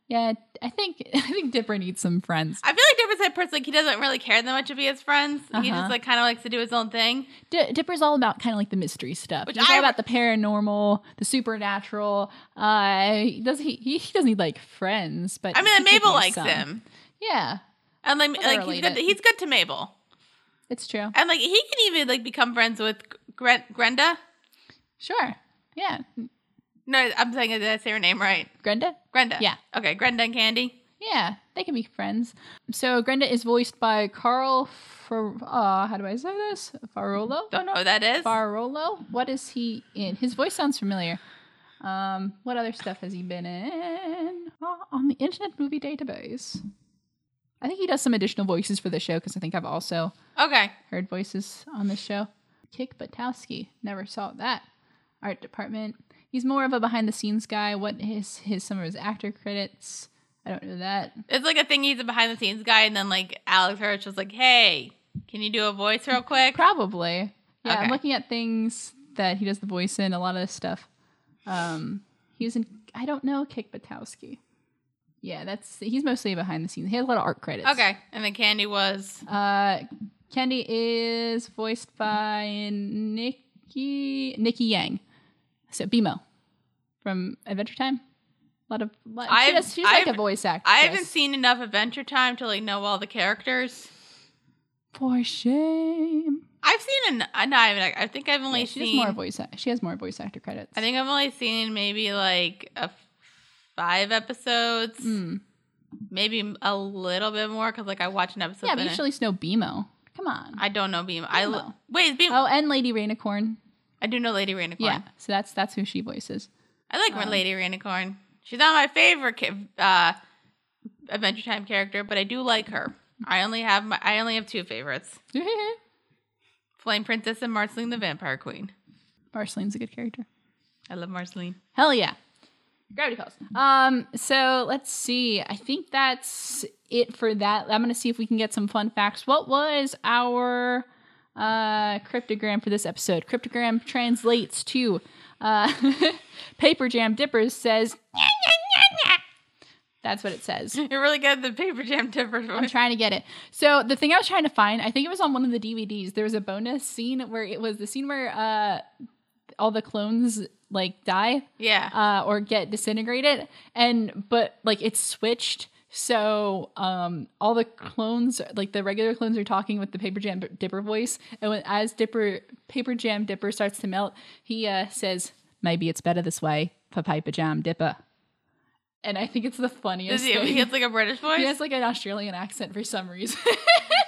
A: yeah. I think I think Dipper needs some friends.
B: I feel like Dipper's that person. Like he doesn't really care that much to be his friends. He
A: Uh-huh.
B: just like kind of likes to do his own thing.
A: D- Dipper's all about kind of like the mystery stuff.
B: Which
A: He's
B: I-
A: all about the paranormal, the supernatural. Uh, he does he, he he doesn't need like friends, but
B: I mean,
A: he
B: like,
A: could
B: Mabel
A: use
B: likes
A: some.
B: him,
A: Yeah,
B: and like,
A: they're
B: like he's
A: related.
B: good. To, he's good to Mabel,
A: it's true.
B: and like he can even like become friends with Gren- Grenda.
A: Sure. Yeah.
B: No, I'm saying did I say her name right?
A: Grenda?
B: Grenda.
A: Yeah.
B: Okay, Grenda and Candy.
A: Yeah, they can be friends. So Grenda is voiced by Carl Far- uh, how do I say this? Farolo?
B: Don't know who that is.
A: Farolo? What is he in? His voice sounds familiar. Um, what other stuff has he been in? Oh, on the Internet Movie Database. I think he does some additional voices for the show because I think I've also
B: Okay.
A: heard voices on this show. Kick Batowski, never saw that. Art department. He's more of a behind the scenes guy. What is his some of his actor credits? I don't know that.
B: It's like a thing he's a behind the scenes guy, and then like Alex Hirsch was like, "Hey, can you do a voice real quick?"
A: Probably. Yeah, I'm
B: Okay.
A: looking at things that he does the voice in. A lot of this stuff. Um, he's in. I don't know Kick Batowski. Yeah, that's he's mostly behind the scenes. He has a lot of art credits.
B: Okay, and then Candy was
A: Uh, Candy is voiced by Nikki Nikki Yang, so Bimo from Adventure Time. A lot of. lot-
B: I've-
A: she does, she's like a
B: I've-
A: voice actress.
B: I haven't seen enough Adventure Time to like know all the characters.
A: For shame.
B: I've seen an I no, I, mean, I think I've only
A: Yeah, she has
B: seen.
A: more voice. act- She has more voice actor credits.
B: I think I've only seen maybe like a f- five episodes,
A: Mm.
B: maybe a little bit more because like I watch an episode.
A: Yeah, but
B: then
A: you should at least know Bimo. Come on.
B: I don't know Beam. I
A: Bimo.
B: wait, is Beam.
A: oh, and Lady Rainicorn.
B: I do know Lady Rainicorn.
A: Yeah, so that's that's who she voices.
B: I like
A: Um,
B: Lady Rainicorn. She's not my favorite ca- uh, Adventure Time character, but I do like her. I only have my, I only have two favorites: Flame Princess and Marceline the Vampire Queen.
A: Marceline's a good character.
B: I love Marceline.
A: Hell yeah. Gravity Falls. Um, so let's see. I think that's it for that. I'm gonna see if we can get some fun facts. What was our uh cryptogram for this episode? Cryptogram translates to uh paper jam dippers says that's what it says.
B: You're really good at the paper jam tipper
A: I'm
B: voice.
A: trying to get it. So the thing I was trying to find, I think it was on one of the DVDs. There was a bonus scene where it was the scene where uh all the clones like die
B: yeah.
A: uh, or get disintegrated. And but like it's switched, so um, all the clones, like the regular clones, are talking with the Paper Jam Dipper voice. And when, as Dipper Paper Jam Dipper starts to melt, he uh, says, "Maybe it's better this way for Paper Jam Dipper." And I think it's the funniest.
B: Does he,
A: thing.
B: he has like a British voice.
A: He has like an Australian accent for some reason.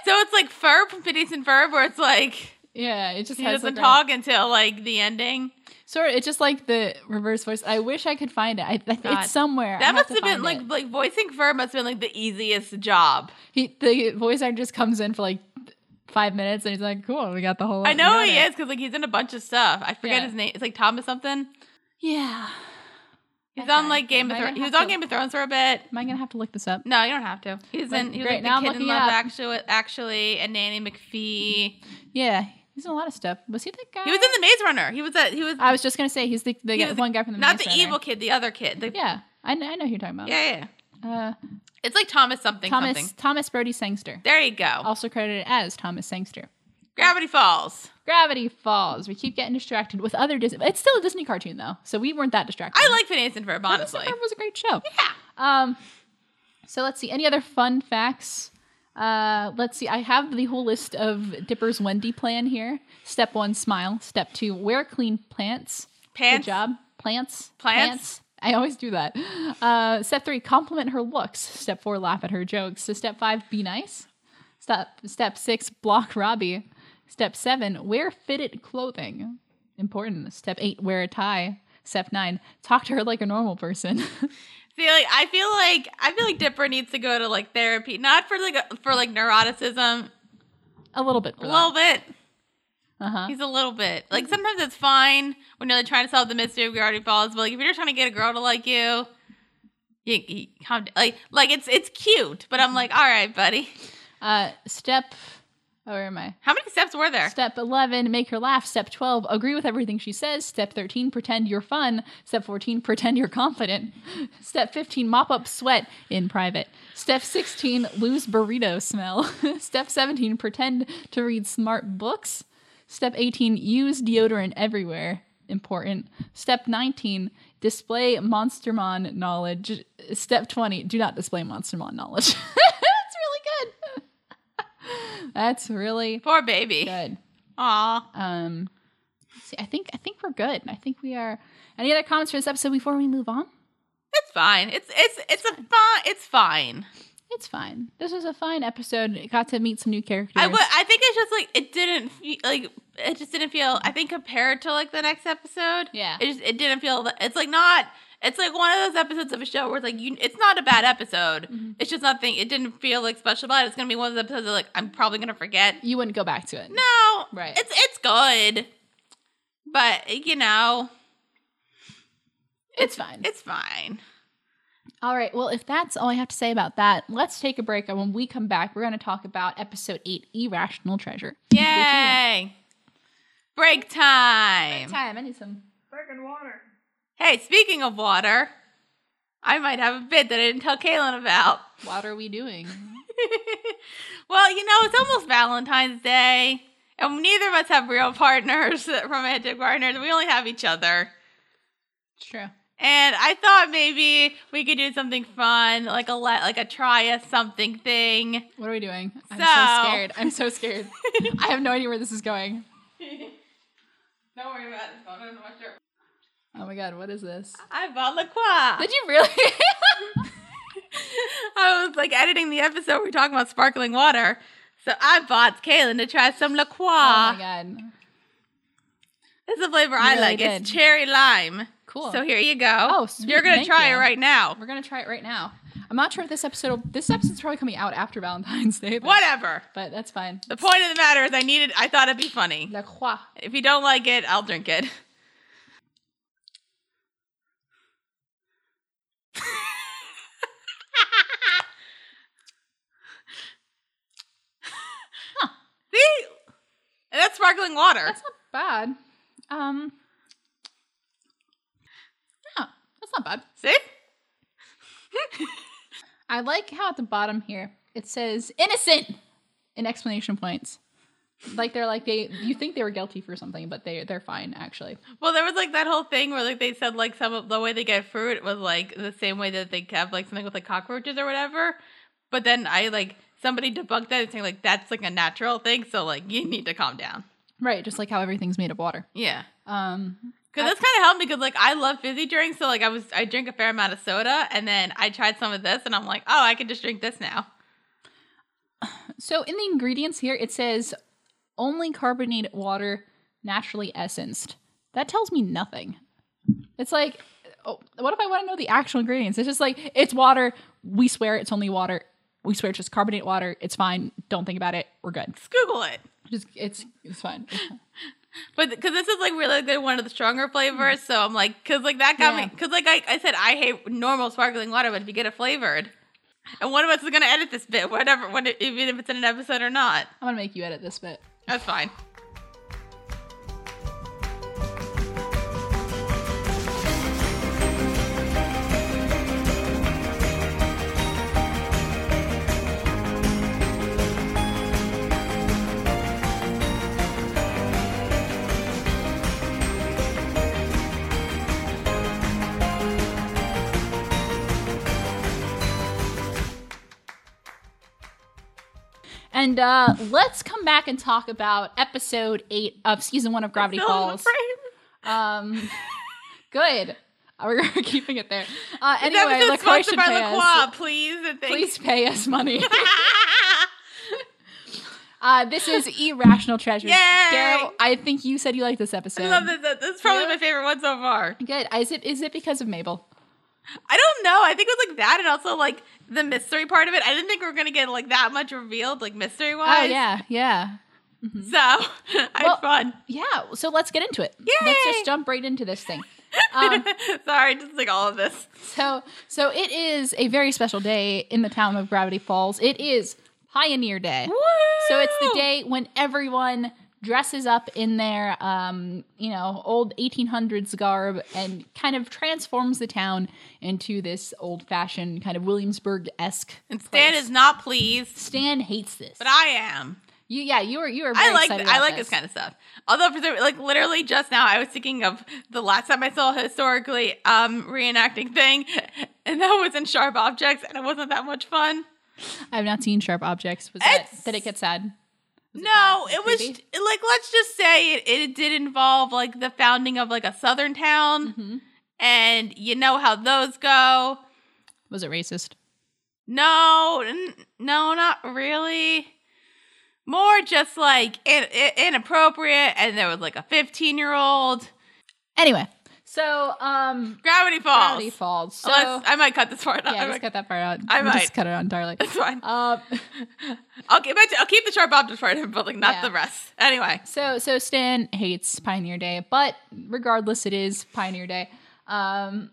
B: So it's like Ferb from Phineas and Ferb, where it's like
A: yeah, it just
B: he
A: has
B: doesn't
A: like a-
B: talk until like the ending.
A: sort. of- It's just like the reverse voice. I wish I could find it. I, I,
B: God.
A: it's somewhere. I
B: That must
A: to
B: have
A: find
B: been like
A: it.
B: like voicing Ferb must have been like the easiest job.
A: He the voice actor just comes in for like five minutes and he's like, "Cool, we got the whole."
B: I know
A: we got
B: he
A: it."
B: is because like he's in a bunch of stuff. I forget
A: Yeah.
B: his name. It's like Thomas something.
A: Yeah.
B: He's
A: That
B: on
A: guy.
B: like Game
A: Am
B: of
A: I
B: Thrones.
A: gonna
B: He was
A: have
B: on
A: to-
B: Game of Thrones for a bit.
A: Am I gonna have to look this up?
B: No, you don't have to. He's in. He was
A: Great,
B: like
A: now I'm
B: the kid in
A: looking
B: Love
A: it up.
B: Actually, actually, and Nanny McPhee.
A: Yeah, he's in a lot of stuff. Was he the guy?
B: He was in the Maze Runner. He was a. He was
A: I Uh, was just gonna say he's the, the
B: He was
A: one guy from the
B: not
A: Maze
B: the
A: Runner.
B: evil kid, the other kid. The, yeah.
A: Yeah, I, kn- I know who you're talking about.
B: yeah, yeah.
A: Uh,
B: It's like Thomas something
A: Thomas Oh.
B: something.
A: Thomas Brody Sangster,
B: There you go.
A: also credited as Thomas Sangster.
B: Gravity Falls.
A: Gravity Falls. We keep getting distracted with other Disney. It's still a Disney cartoon though, so we weren't that distracted.
B: I like Phineas and Ferb,
A: Thomas and
B: honestly.
A: Ferb was a great show.
B: Yeah.
A: Um, so let's see. Any other fun facts? Uh, let's see. I have the whole list of Dipper's Wendy plan here. Step one, smile. Step two, wear clean plants.
B: Pants.
A: Good job. Plants.
B: Plants.
A: I always do that. Uh, step three, compliment her looks. Step four, laugh at her jokes. So step five, be nice. Step step six, block Robbie. Step seven, wear fitted clothing. Important. Step eight, wear a tie. Step nine, talk to her like a normal person.
B: See, like I feel like I feel like Dipper needs to go to like therapy, not for like a, for like neuroticism,
A: a little bit.
B: a
A: For that.
B: little bit.
A: Uh-huh.
B: He's a little bit like sometimes it's fine when you're like, trying to solve the mystery of Gravity Falls, but like if you're just trying to get a girl to like you, you, you calm down. like like it's it's cute, but
A: Mm-hmm.
B: I'm like, all right, buddy.
A: Uh, step, oh, where am I?
B: How many steps were there?
A: Step 11, make her laugh. Step 12, agree with everything she says. Step 13, pretend you're fun. Step 14, pretend you're confident. Step 15, mop up sweat in private. Step 16, lose burrito smell. Step 17, pretend to read smart books. Step 18, use deodorant everywhere. Important. Step 19, display Monstermon knowledge. Step 20, do not display Monstermon knowledge. That's really good. That's really
B: Poor baby.
A: good.
B: Aw.
A: Um, let's see, I think I think we're good. I think we are. Any other comments for this episode before we move on?
B: It's fine. It's it's it's a fine. It's fine.
A: It's fine. This was a fine episode. It got to meet some new characters.
B: I would. I think it's just like it didn't fe- like it just didn't feel. I think compared to like the next episode,
A: Yeah.
B: it just it didn't feel. It's like not. It's like one of those episodes of a show where it's like you. It's not a bad episode. It's just nothing. It didn't feel like special about it. It's gonna be one of those episodes that like I'm probably gonna forget.
A: You wouldn't go back to it.
B: No,
A: Right.
B: It's it's good, but you know
A: it's fine.
B: it's fine.
A: all right. Well, if that's all I have to say about that, let's take a break. And when we come back, we're going to talk about episode eight, Irrational Treasure.
B: Yay! Break time.
A: Time. I need some.
B: Hey, speaking of water, I might have a bit that I didn't tell Kaylin about.
A: What are we doing?
B: well, you know, it's almost Valentine's Day, and neither of us have real partners, romantic partners. We only have each other.
A: It's true.
B: And I thought maybe we could do something fun, like a le- like a try a something thing.
A: What are we doing? I'm
B: So-
A: so scared. I'm so scared. I have no idea where this is going.
B: Don't worry about it. Don't know what you're-
A: Oh my god, what is this?
B: I bought La Croix.
A: Did you really?
B: I was like editing the episode. We are talking about sparkling water, so I bought Kaylin to try some La
A: oh my
B: Croix.
A: god.
B: it's a flavor I
A: really
B: like.
A: did.
B: It's cherry lime.
A: Cool.
B: So here you go.
A: Oh, sweet.
B: You're gonna
A: Thank
B: try
A: you.
B: it right now.
A: We're gonna try it right now. I'm not sure if this episode. Will, this episode's probably coming out after Valentine's Day. But,
B: Whatever.
A: But that's fine.
B: The point of the matter is, I needed. I thought it'd be funny.
A: La Croix.
B: If you don't like it, I'll drink it. See, And that's sparkling water.
A: That's not bad. Um. Yeah, that's not bad.
B: See,
A: I like how at the bottom here it says innocent in explanation points. Like they're like they you think they were guilty for something, but they they're fine actually.
B: well, there was like that whole thing where like they said like some of the way they get fruit was like the same way that they have like something with like cockroaches or whatever. But then I like somebody debunked that and saying like that's like a natural thing, so like you need to calm down.
A: Right, just like how everything's made of water.
B: Yeah.
A: Um
B: Cause that's kind of helped me because like I love fizzy drinks, so like I was I drink a fair amount of soda, and then I tried some of this, and I'm like, oh, I could just drink this now.
A: so in the ingredients here it says only carbonated water naturally essenced. That tells me nothing. It's like oh, what if I want to know the actual ingredients? It's just like it's water, we swear it's only water. We swear it's just carbonate water. It's fine. Don't think about it. We're good.
B: Just Google it,
A: Just it's it's fine. It's fine.
B: but because this is like really good one of the stronger flavors, so I'm like, cause like that got
A: Mm. Yeah.
B: me, cause like I, I said I hate normal sparkling water, but if you get it flavored, and one of us is gonna edit this bit, whatever, when it, even if it's in an episode or not,
A: I'm gonna make you edit this bit.
B: that's fine.
A: And uh, let's come back and talk about episode eight of season one of Gravity
B: Still in the
A: Falls.
B: frame.
A: Um, good. Uh, We're keeping it there. Uh,
B: That was
A: anyway,
B: just
A: LaCroix
B: sponsored
A: should
B: by
A: pay
B: La
A: us.
B: Croix, please. and thank-
A: Please pay us money. Uh, this is Irrational Treasures.
B: Yay!
A: Daryl, I think you said you liked this episode.
B: I love this. This is probably my favorite one so far.
A: Good. Is it is it because of Mabel?
B: I don't know. I think it was like that, and also like the mystery part of it. I didn't think we were gonna get like that much revealed, like mystery wise.
A: Oh yeah, yeah,
B: So I
A: Well-
B: had fun.
A: yeah. So let's get into it. Let's
B: Yay!
A: just jump right into this thing. Um,
B: Sorry, just like all of this.
A: So, so it is a very special day in the town of Gravity Falls. It is Pioneer Day. So it's the
B: Woo!
A: day when everyone dresses up in their, um, you know, old 1800s garb and kind of transforms the town into this old-fashioned kind of Williamsburg-esque.
B: And Stan is not pleased,
A: Stan hates this.
B: but I am.
A: you, yeah, you were you were. Very
B: I like
A: excited
B: I
A: about
B: like this kind of stuff. Although for the, like literally just now, I was thinking of the last time I saw a historically um, reenacting thing, and that was in Sharp Objects, and it wasn't that much fun.
A: I've not seen sharp objects. Was that,
B: It's-
A: did it get sad?
B: No,
A: Was it
B: it was
A: creepy?
B: like let's just say it, it did involve like the founding of like a southern town,
A: Mhm.
B: and you know how those go.
A: Was it racist?
B: No, n- no, not really. More just like in, i inappropriate, and there was like a fifteen-year-old
A: Anyway, so um,
B: Gravity Falls.
A: Gravity Falls. So.
B: Unless I might cut this part out.
A: Yeah,
B: I
A: just
B: might-
A: cut that part out.
B: I
A: We'll just
B: might.
A: cut it on, darling.
B: That's fine.
A: Um,
B: I'll keep, I'll keep the sharp object part, in, but like not
A: Yeah.
B: the rest. Anyway,
A: so so Stan hates Pioneer Day, but regardless, it is Pioneer Day. Um,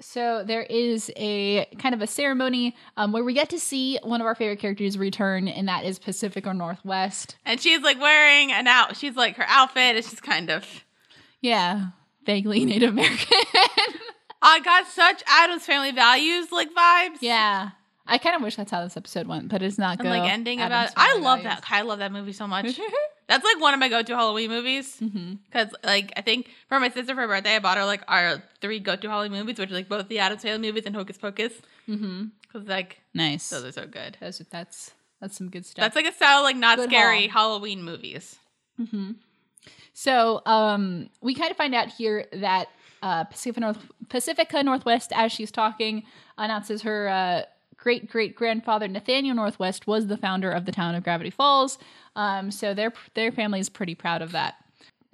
A: so there is a kind of a ceremony um, where we get to see one of our favorite characters return, and that is Pacific or Northwest.
B: and she's like wearing an out. She's like her outfit is just kind of.
A: Yeah, vaguely Native American.
B: I got such Adam's Family Values like vibes.
A: yeah, I kind of wish that's how this episode went, but it's not
B: And
A: good.
B: like ending about I love that. I love that movie so much. That's like one of my go-to Halloween movies.
A: Mm-hmm.
B: Cause like I think for my sister for her birthday, I bought her like our three go-to Halloween movies, which are like both the Adams Family movies and Hocus Pocus.
A: Mm-hmm.
B: Cause like
A: Nice.
B: those are so good.
A: Those- that's that's some good stuff.
B: That's like a style of, like not
A: Good
B: scary Halloween movies.
A: hmm So um, we kind of find out here that uh, Pacifica, North- Pacifica Northwest, as she's talking, announces her uh, great great grandfather Nathaniel Northwest was the founder of the town of Gravity Falls. Um, so their their family is pretty proud of that.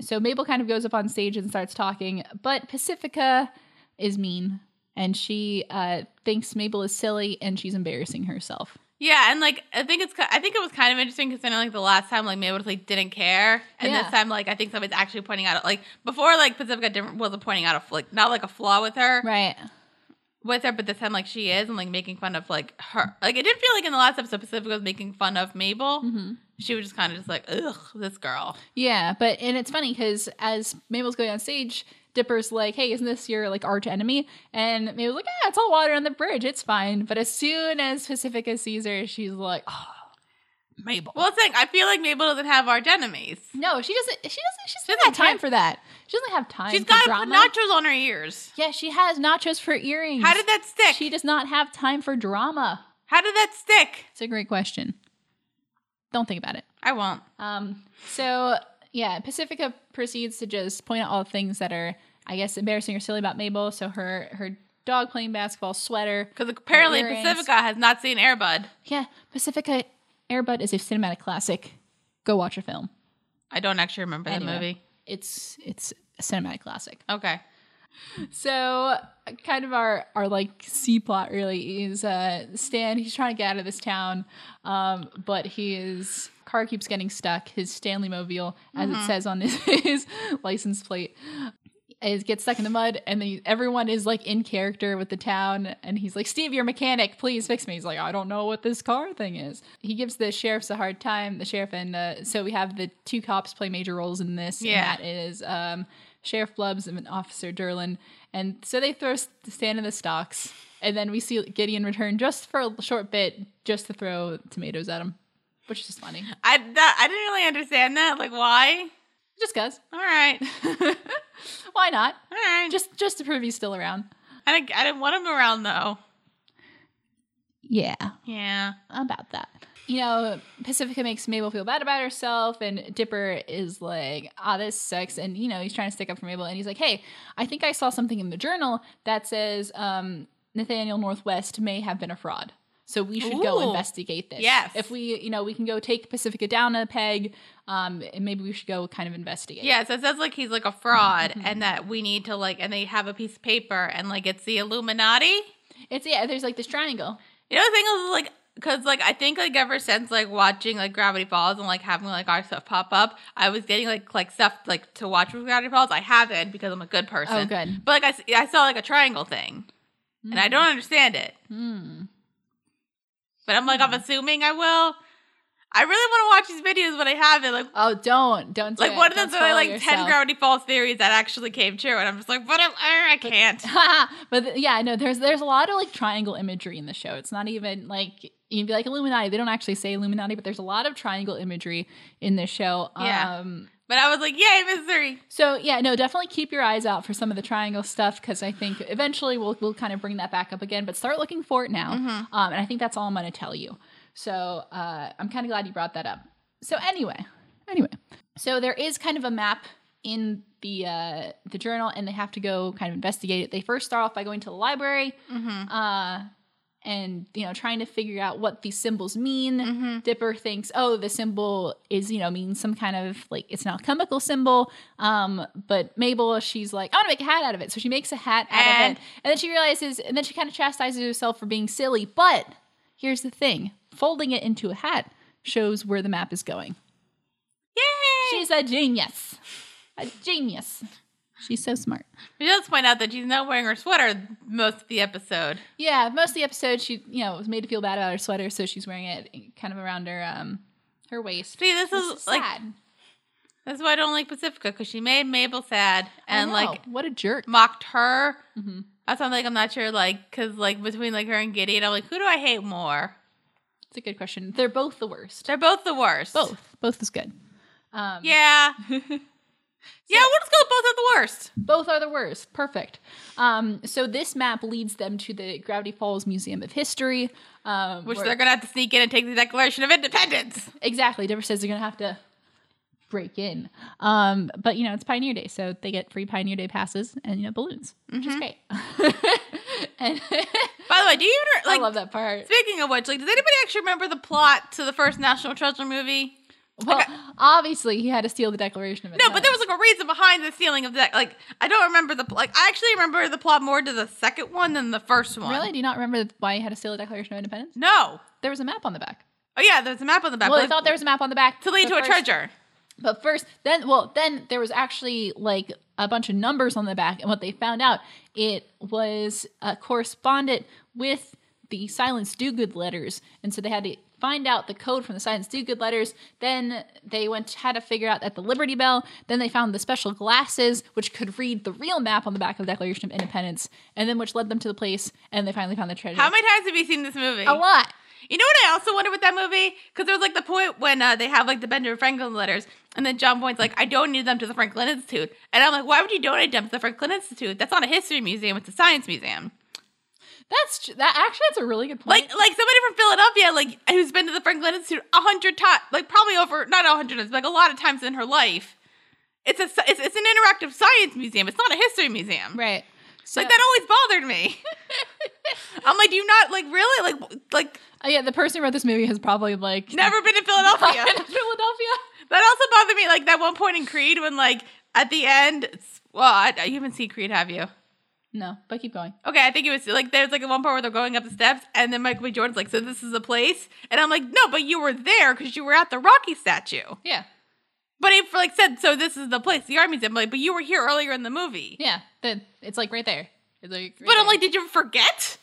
A: So Mabel kind of goes up on stage and starts talking, but Pacifica is mean and she uh, thinks Mabel is silly and she's embarrassing herself.
B: Yeah, and like I think it's ki- I think it was kind of interesting because I know like the last time like Mabel just, like didn't care, and
A: Yeah.
B: this time like I think somebody's actually pointing out like before like Pacifica didn't, wasn't pointing out a like not like a flaw with her
A: Right.
B: with her, but this time like she is and like making fun of like her like it didn't feel like in the last episode Pacifica was making fun of Mabel.
A: Mm-hmm.
B: She was just kind of just like ugh this girl.
A: Yeah, but and it's funny because as Mabel's going on stage, Dipper's like, "Hey, isn't this your like arch enemy?" And Mabel's like, "Yeah, it's all water on the bridge. It's fine." But as soon as Pacifica sees her, she's like, "Oh, Mabel."
B: Well, it's like I feel like Mabel doesn't have our enemies.
A: no, she doesn't. She doesn't. She's
B: She
A: not
B: doesn't
A: got time
B: care.
A: for that. She doesn't have time.
B: She's
A: for
B: got to put
A: drama.
B: nachos on her ears.
A: Yeah, she has nachos for earrings.
B: How did that stick?
A: She does not have time for drama.
B: How did that stick?
A: It's a great question. Don't think about it.
B: I won't.
A: Um, so yeah, Pacifica proceeds to just point out all the things that are, I guess, embarrassing or silly about Mabel. So her her dog playing basketball sweater.
B: Because apparently
A: earrings.
B: Pacifica has not seen Airbud.
A: Yeah, Pacifica Airbud is a cinematic classic. Go watch a film.
B: I don't actually remember the
A: Anyway.
B: movie.
A: It's it's a cinematic classic.
B: Okay.
A: So kind of our our like C plot really is uh Stan, he's trying to get out of this town. Um, but his car keeps getting stuck, his Stanley Mobile, as it says on his, his license plate. It gets stuck in the mud, and then everyone is like in character with the town. And he's like, Steve, you're a mechanic. Please fix me. He's like, I don't know what this car thing is. He gives the sheriffs a hard time. The sheriff and uh, so we have the two cops play major roles in this. and
B: Yeah.
A: that is um, Sheriff Blubbs and Officer Derlin. And so they throw S- Stan in the stocks. And then we see Gideon return just for a short bit, just to throw tomatoes at him, which is just funny.
B: I that, I didn't really understand that. Like why?
A: Just cause.
B: All right.
A: Why not?
B: All right. Just
A: Just just to prove he's still around.
B: I didn't, I didn't want him around though.
A: Yeah,
B: Yeah.
A: about that. You know, Pacifica makes Mabel feel bad about herself, and Dipper is like, ah, this sucks. And, you know, he's trying to stick up for Mabel, and he's like, hey, I think I saw something in the journal that says um, Nathaniel Northwest may have been a fraud. So we should go
B: Ooh.
A: investigate this.
B: Yes.
A: If we, you know, we can go take Pacifica down a peg, um, and maybe we should go kind of investigate.
B: Yeah, so it says like he's like a fraud
A: Mm-hmm.
B: and that we need to like and they have a piece of paper and like it's the Illuminati.
A: It's, yeah, there's like this triangle.
B: You know the thing is like because like I think like ever since like watching like Gravity Falls and like having like our stuff pop up, I was getting like like stuff like to watch with Gravity Falls. I haven't because I'm a good person.
A: Oh, good.
B: But like I, s- I saw like a triangle thing, and
A: Mm-hmm.
B: I don't understand it.
A: Hmm.
B: But I'm like
A: Mm-hmm.
B: I'm assuming I will. I really want to watch these videos, but I haven't. Like
A: Oh, don't. Don't. do
B: like
A: it.
B: one of
A: Don't
B: them's only
A: spoil
B: like ten
A: yourself.
B: Gravity Falls theories that actually came true, and I'm just like, but I'm, I, I can't.
A: but th- yeah, no, there's there's a lot of like triangle imagery in the show. It's not even like you'd be like Illuminati. They don't actually say Illuminati, but there's a lot of triangle imagery in this show.
B: Yeah.
A: Um
B: But I was like, yay, Missouri.
A: so yeah, no, definitely keep your eyes out for some of the triangle stuff because I think eventually we'll we'll kind of bring that back up again. But start looking for it now, um, and I think that's all I'm going to tell you. So uh, I'm kind of glad you brought that up. So anyway, anyway, so there is kind of a map in the uh, the journal, and they have to go kind of investigate it. They first start off by going to the library, uh, and you know trying to figure out what these symbols mean.
B: Mm-hmm.
A: Dipper thinks, oh, the symbol is you know means some kind of like it's an alchemical symbol. Um, but Mabel, she's like, I want to make a hat out of it, so she makes a hat out
B: And-
A: of it, and then she realizes, and then she kind of chastises herself for being silly. But here's the thing: folding it into a hat shows where the map is going.
B: Yay!
A: She's a genius, a genius. She's so smart.
B: She does point out that she's not wearing her sweater most of the episode.
A: Yeah, most of the episode she, you know, was made to feel bad about her sweater, so she's wearing it kind of around her um her waist.
B: See, this
A: This
B: is, like that's why I don't like Pacifica because she made Mabel sad
A: I
B: and
A: know.
B: like
A: what a jerk.
B: mocked her.
A: Mhm.
B: That's something like, I'm not sure, like, because like between like her and Gideon, I'm like, who do I hate more?
A: It's a good question. They're both the worst.
B: They're both the worst.
A: Both, both is good. Um,
B: Yeah. yeah, we'll just go both are the worst.
A: Both are the worst. Perfect. Um, so this map leads them to the Gravity Falls Museum of History, um,
B: Which
A: where-
B: they're going to have to sneak in and take the Declaration of Independence.
A: exactly. Deborah says they're gonna have to break in. Um, but you know it's Pioneer Day, so they get free Pioneer Day passes and you know balloons, which
B: Mm-hmm.
A: is great. and
B: By the way, do you even,
A: I
B: like,
A: love that part.
B: speaking of which, like, does anybody actually remember the plot to the first National Treasure movie?
A: Well, obviously he had to steal the Declaration of
B: No, but there was like a reason behind the stealing of that. Like, I don't remember the pl- like. I actually remember the plot more to the second one than the first one.
A: really do you not remember why he had to steal the Declaration of Independence?
B: No.
A: There was a map on the back.
B: Oh yeah, there's a map on the back.
A: Well,
B: but
A: they thought there was a map on the back
B: to lead
A: but
B: to a
A: first-
B: treasure.
A: But first, then, well, then there was actually like a bunch of numbers on the back, and what they found out it was uh, correspondent with the Silence Do Good letters, and so they had to find out the code from the Silence Do Good letters. Then they went had to figure out that the Liberty Bell. Then they found the special glasses, which could read the real map on the back of the Declaration of Independence, and then which led them to the place, and they finally found the treasure.
B: How many times have you seen this movie?
A: a lot.
B: You know what I also wonder with that movie? Because there was like the point when uh, they have like the Benjamin Franklin letters, and then John Boyd's like, I donated them to the Franklin Institute. And I'm like, why would you donate them to the Franklin Institute? That's not a history museum, it's a science museum.
A: That's tr- that. Actually, that's a really good point.
B: Like like somebody from Philadelphia, like who's been to the Franklin Institute a hundred times, like probably over not a hundred times, but, like a lot of times in her life. It's a sci- it's, it's an interactive science museum. It's not a history museum.
A: right. So
B: Like that always bothered me. I'm like, do you not like really like w- like
A: uh, yeah, the person who wrote this movie has probably like
B: never been to Philadelphia?
A: Philadelphia.
B: That also bothered me, like that one point in Creed when, like, at the end, it's- well, I, you haven't seen Creed, have you?
A: No, but keep going.
B: Okay, I think it was like there's like one part where they're going up the steps, and then Michael B. Jordan's like, "So this is a place," and I'm like, "No, but you were there because you were at the Rocky statue."
A: Yeah,
B: But it like said, "So this is the place, the army." I'm like, "But you were here earlier in the movie."
A: yeah. The, it's like right there. It's like right
B: But I'm
A: there.
B: like, "Did you forget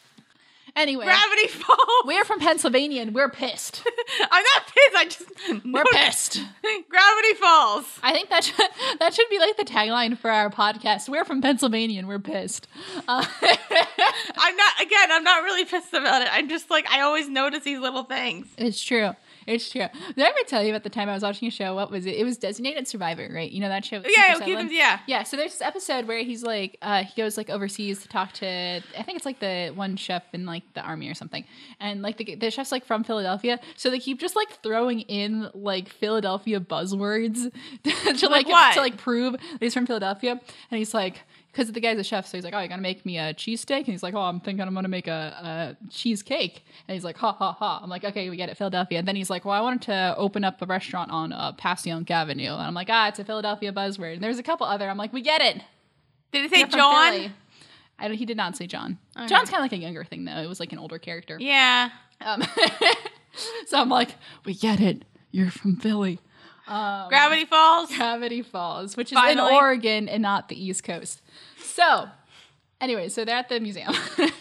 A: anyway,
B: Gravity Falls?"
A: we're from Pennsylvania and we're pissed.
B: I'm not pissed. I just
A: We're pissed.
B: Gravity Falls.
A: I think that should, that should be like the tagline for our podcast. We're from Pennsylvania and we're pissed. Uh,
B: I'm not again. I'm not really pissed about it. I'm just like I always notice these little things.
A: it's true. It's true. Did I ever tell you about the time I was watching a show? What was it? It was Designated Survivor, right? You know that show? with
B: Yeah,
A: Kiefer
B: keep them-
A: Sutherland?
B: yeah.
A: Yeah, so there's this episode where he's like, uh, he goes like overseas to talk to, I think it's like the one chef in like the army or something, and like the, the chef's like from Philadelphia, so they keep just like throwing in like Philadelphia buzzwords to like,
B: what?
A: to like prove that he's from Philadelphia, and he's like. Because the guy's a chef, so he's like, "Oh, you gotta make me a cheesesteak," and he's like, "Oh, I'm thinking I'm gonna make a, a cheesecake," and he's like, "Ha ha ha!" I'm like, "Okay, we get it, Philadelphia." And then he's like, "Well, I wanted to open up a restaurant on uh, Passyunk Avenue," and I'm like, "Ah, it's a Philadelphia buzzword." And there's a couple other. I'm like, "We get it."
B: Did it say
A: They're from
B: John?
A: Philly. I don't, he did not say John.
B: Okay.
A: John's kind of like a younger thing though. It was like an older character.
B: Yeah.
A: Um, so I'm like, we get it. You're from Philly. Um,
B: Gravity Falls.
A: Gravity Falls, which is
B: Finally.
A: in Oregon and not the East Coast. So, anyway, so they're at the museum.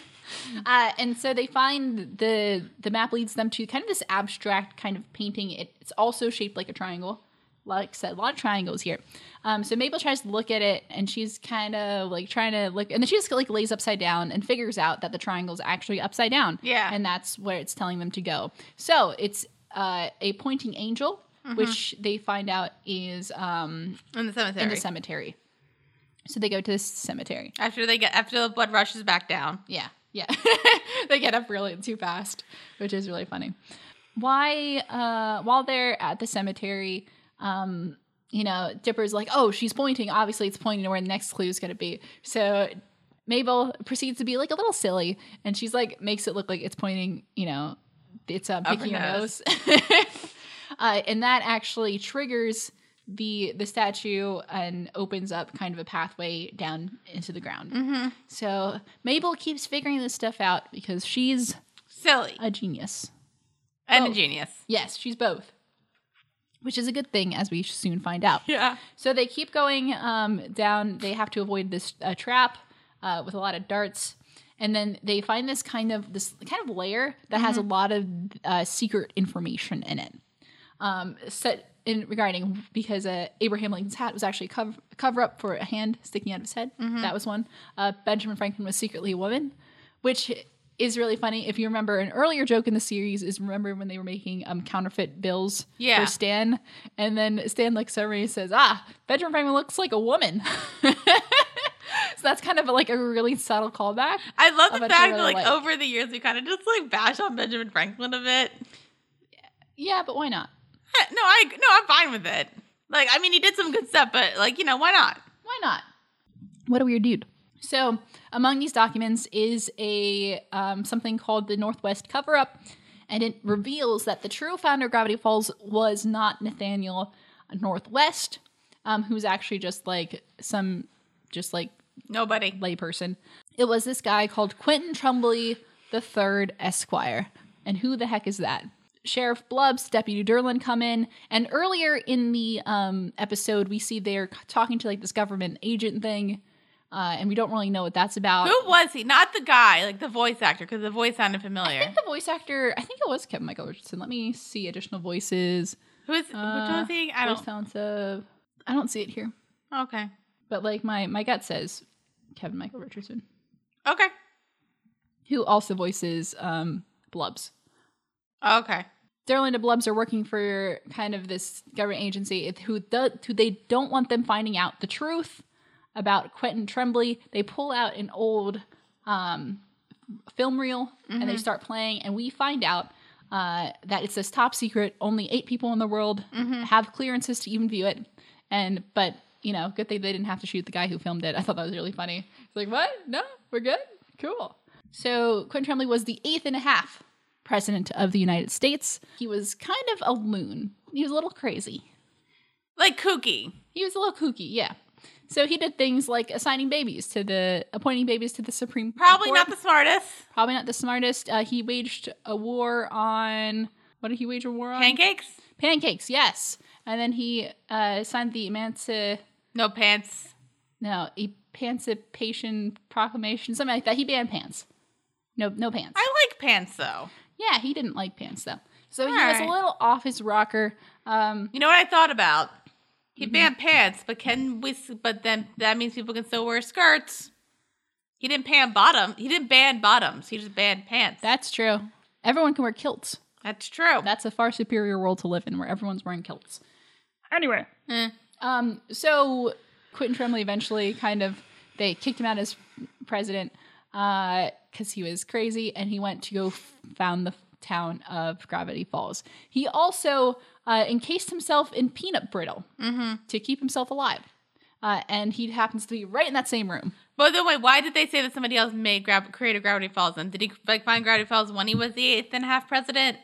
A: Uh, and so they find the the map leads them to kind of this abstract kind of painting. It, it's also shaped like a triangle. Like I said, a lot of triangles here. Um, so Mabel tries to look at it, and she's kind of like trying to look, and then she just like lays upside down and figures out that the triangle's actually upside down.
B: Yeah.
A: and that's where it's telling them to go. So it's uh, a pointing angel, which they find out is um,
B: In the cemetery.
A: in the cemetery. So they go to this cemetery.
B: after they get after the blood rushes back down.
A: Yeah, yeah. they get up really too fast, which is really funny. Why, uh, while they're at the cemetery, um, you know, Dipper's like, oh, she's pointing. Obviously, it's pointing to where the next clue is going to be. So Mabel proceeds to be like a little silly, and she's like, makes it look like it's pointing, you know, it's uh,
B: her
A: picking your
B: nose.
A: nose. uh, and that actually triggers the the statue and opens up kind of a pathway down into the ground. So Mabel keeps figuring this stuff out because she's
B: Silly
A: a genius.
B: and
A: Oh.
B: a genius.
A: Yes, she's both, which is a good thing, as we soon find out.
B: Yeah.
A: So they keep going um, down. They have to avoid this uh, trap uh, with a lot of darts, and then they find this kind of this kind of layer that has a lot of uh, secret information in it. Um, set in regarding because uh, Abraham Lincoln's hat was actually a cover, cover up for a hand sticking out of his head. That was one. Uh, Benjamin Franklin was secretly a woman, which is really funny. If you remember, an earlier joke in the series is remember when they were making um, counterfeit bills
B: Yeah.
A: for Stan, and then Stan like suddenly says, "Ah, Benjamin Franklin looks like a woman." so that's kind of like a really subtle callback.
B: I love
A: I
B: the
A: bet you
B: fact that
A: really
B: like,
A: like-
B: over the years we kind of just like bash on Benjamin Franklin a bit.
A: Yeah, but why not?
B: Eh, No, I no, I'm fine with it. Like, I mean, he did some good stuff, but like, you know, why not?
A: Why not? What a weird dude. So, among these documents is a um, something called the Northwest Cover Up, and it reveals that the true founder of Gravity Falls was not Nathaniel Northwest, um, who's actually just like some, just like
B: Nobody.
A: layperson. It was this guy called Quentin Trumbly the Third Esquire. And who the heck is that? Sheriff Blubbs, Deputy Durland come in, and earlier in the um, episode, we see they're c- talking to like this government agent thing, uh, and we don't really know what that's about.
B: Who was he? Not the guy, like the voice actor, because the voice sounded familiar.
A: I think the voice actor, I think it was Kevin Michael Richardson. Let me see additional voices.
B: Who's which one
A: Uh,
B: was he? I
A: Voice
B: don't.
A: talents of, I don't see it here,
B: Okay.
A: but like my my gut says Kevin Michael Richardson,
B: Okay.
A: who also voices um, Blubbs.
B: Okay.
A: Derlin and Blubs are working for kind of this government agency if- who, the, who they don't want them finding out the truth about Quentin Tremblay. They pull out an old um, film reel and they start playing, and we find out uh, that it's this top secret. Only eight people in the world have clearances to even view it. And but you know, good thing they didn't have to shoot the guy who filmed it. I thought that was really funny. It's like, what? No, we're good. Cool. So Quentin Tremblay was the eighth and a half president of the United States. He was kind of a loon. He was a little crazy.
B: Like kooky.
A: He was a little kooky, yeah. So he did things like assigning babies to the appointing babies to the Supreme
B: Probably
A: Court.
B: not the smartest.
A: probably not the smartest. Uh, he waged a war on what did he wage a war on?
B: Pancakes?
A: Pancakes, yes. And then he uh, signed the emanci
B: No pants.
A: no Emancipation Proclamation, something like that. He banned pants. No, no pants.
B: I like pants though.
A: yeah, he didn't like pants though. So he was
B: Alright.
A: a little off his rocker. Um,
B: You know what I thought about? He
A: Mm-hmm.
B: banned pants, but can we? s- But then that means people can still wear skirts. He didn't ban bottom. He didn't ban bottoms. He just banned pants.
A: that's true. Everyone can wear kilts.
B: That's true.
A: That's a far superior world to live in, where everyone's wearing kilts.
B: anyway,
A: Um, so Quentin Tremblay eventually kind of they kicked him out as president because he was crazy, and he went to go f- found the town of Gravity Falls. He also uh, encased himself in peanut brittle to keep himself alive, uh, and he happens to be right in that same room.
B: by the way, why did they say that somebody else made grab created Gravity Falls? And did he like find Gravity Falls when he was the eighth and a half president?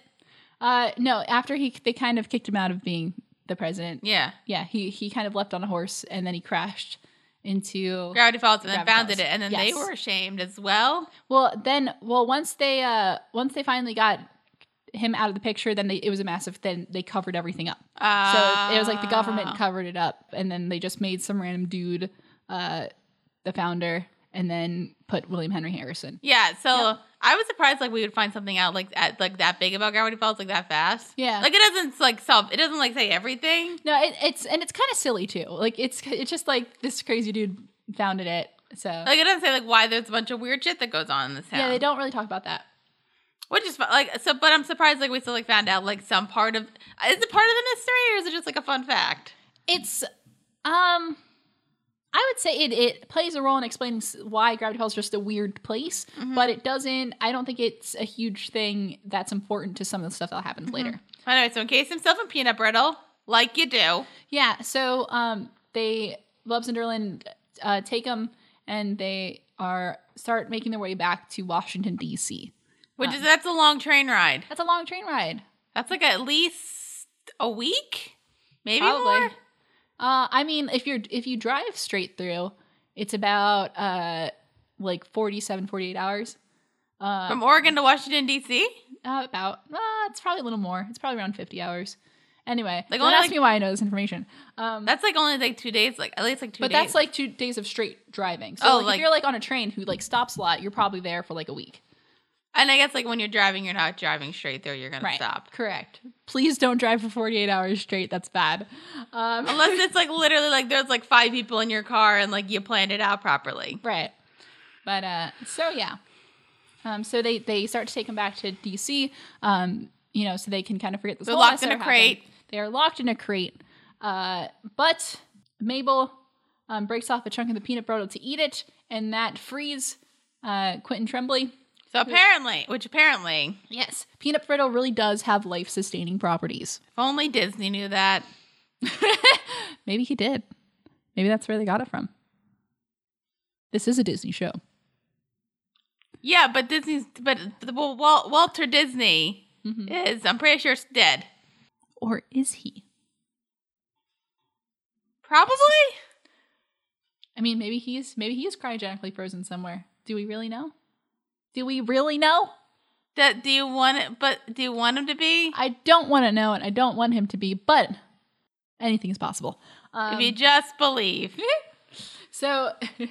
A: Uh, no, after he they kind of kicked him out of being the president.
B: Yeah,
A: Yeah, he he kind of leapt on a horse and then he crashed into
B: Gravity Falls, and then
A: Gravity
B: founded
A: Falls.
B: it, and then they
A: Yes.
B: were ashamed as well.
A: Well, then, well, once they, uh, once they finally got him out of the picture, then they, it was a massive. Then they covered everything up.
B: Uh,
A: so it was like the government covered it up, and then they just made some random dude, uh, the founder, and then put William Henry Harrison.
B: Yeah, so I was surprised like we would find something out like at, like that big about Gravity Falls like that fast.
A: Yeah.
B: like it doesn't like solve. It doesn't like say everything.
A: No, it, it's and it's kind of silly too. Like it's it's just like this crazy dude founded it. So
B: Like it doesn't say like why there's a bunch of weird shit that goes on in this town.
A: yeah, they don't really talk about that.
B: Which is fu- like so, but I'm surprised like we still like found out like some part of is it part of the mystery or is it just like a fun fact?
A: It's, um, I would say it it plays a role in explaining s- why Gravity Falls is just a weird place, but it doesn't. I don't think it's a huge thing that's important to some of the stuff that happens later.
B: Anyway, so encase himself in peanut brittle like you do.
A: Yeah. So, um, they Lubs and Derlin uh, take them, and they are start making their way back to Washington D.C.
B: Which is that's a long train ride.
A: That's a long train ride.
B: That's like at least a week, maybe
A: Probably.
B: more.
A: Uh, I mean, if you're if you drive straight through, it's about uh like 47, 48 hours.
B: From Oregon to Washington D.C.
A: Uh, about uh, it's probably a little more. It's probably around fifty hours. Anyway,
B: Like,
A: don't
B: only,
A: ask
B: like-
A: me why I know this information. Um,
B: That's like only like two days, like at least like two.
A: but
B: days.
A: that's like two days of straight driving. So
B: Oh,
A: like,
B: like-
A: if you're like on a train who like stops a lot, you're probably there for like a week.
B: and I guess like when you're driving, you're not driving straight there. You're gonna stop
A: Correct. Please don't drive for forty eight hours straight. That's bad. Um,
B: unless it's like literally like there's like five people in your car and like you planned it out properly.
A: right. But uh, so yeah. Um, so they they start to take him back to DC. Um, you know, so they can kind of forget this.
B: They're
A: whole
B: locked in
A: episode
B: a crate.
A: happened. They are locked in a crate. Uh, but Mabel um, breaks off a chunk of the peanut brittle to eat it, and that frees uh, Quentin Tremblay.
B: So apparently, which apparently,
A: Yes, peanut brittle really does have life sustaining properties.
B: if only Disney knew that.
A: Maybe he did. Maybe that's where they got it from. This is a Disney show.
B: Yeah, but Disney's, but the- well, Wal- Walter Disney
A: Mhm.
B: is, I'm pretty sure, dead.
A: Or is he?
B: Probably.
A: I mean, maybe he's maybe he is cryogenically frozen somewhere. Do we really know? Do we really know?
B: That do you want it? But do you want him to be?
A: I don't want to know, and I don't want him to be. But anything is possible. Um,
B: if you just believe.
A: so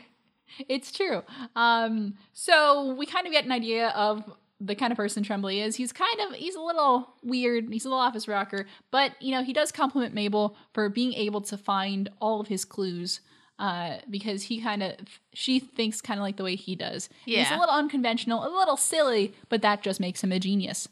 A: it's true. Um, so we kind of get an idea of the kind of person Tremblay is. He's kind of he's a little weird. He's a little off his rocker, but you know he does compliment Mabel for being able to find all of his clues. Uh, because he kind of she thinks kind of like the way he does. And he's a
B: Yeah.
A: little unconventional, a little silly, but that just makes him a genius.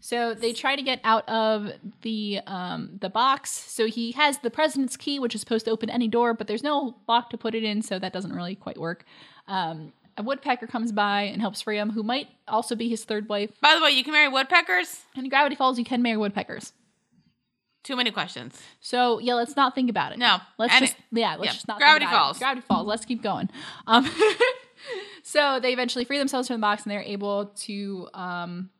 A: So they try to get out of the um, the box. So he has the president's key, which is supposed to open any door, but there's no lock to put it in, so that doesn't really quite work. Um, a woodpecker comes by and helps free him, who might also be his third wife.
B: By the way, you can marry woodpeckers.
A: And in Gravity Falls, you can marry woodpeckers.
B: Too many questions.
A: So yeah, let's not think about it.
B: No.
A: let's
B: And
A: just yeah, let's
B: yeah.
A: just not
B: Gravity
A: think about it.
B: Falls.
A: Gravity Falls. Let's keep going. Um, so they eventually free themselves from the box and they're able to um,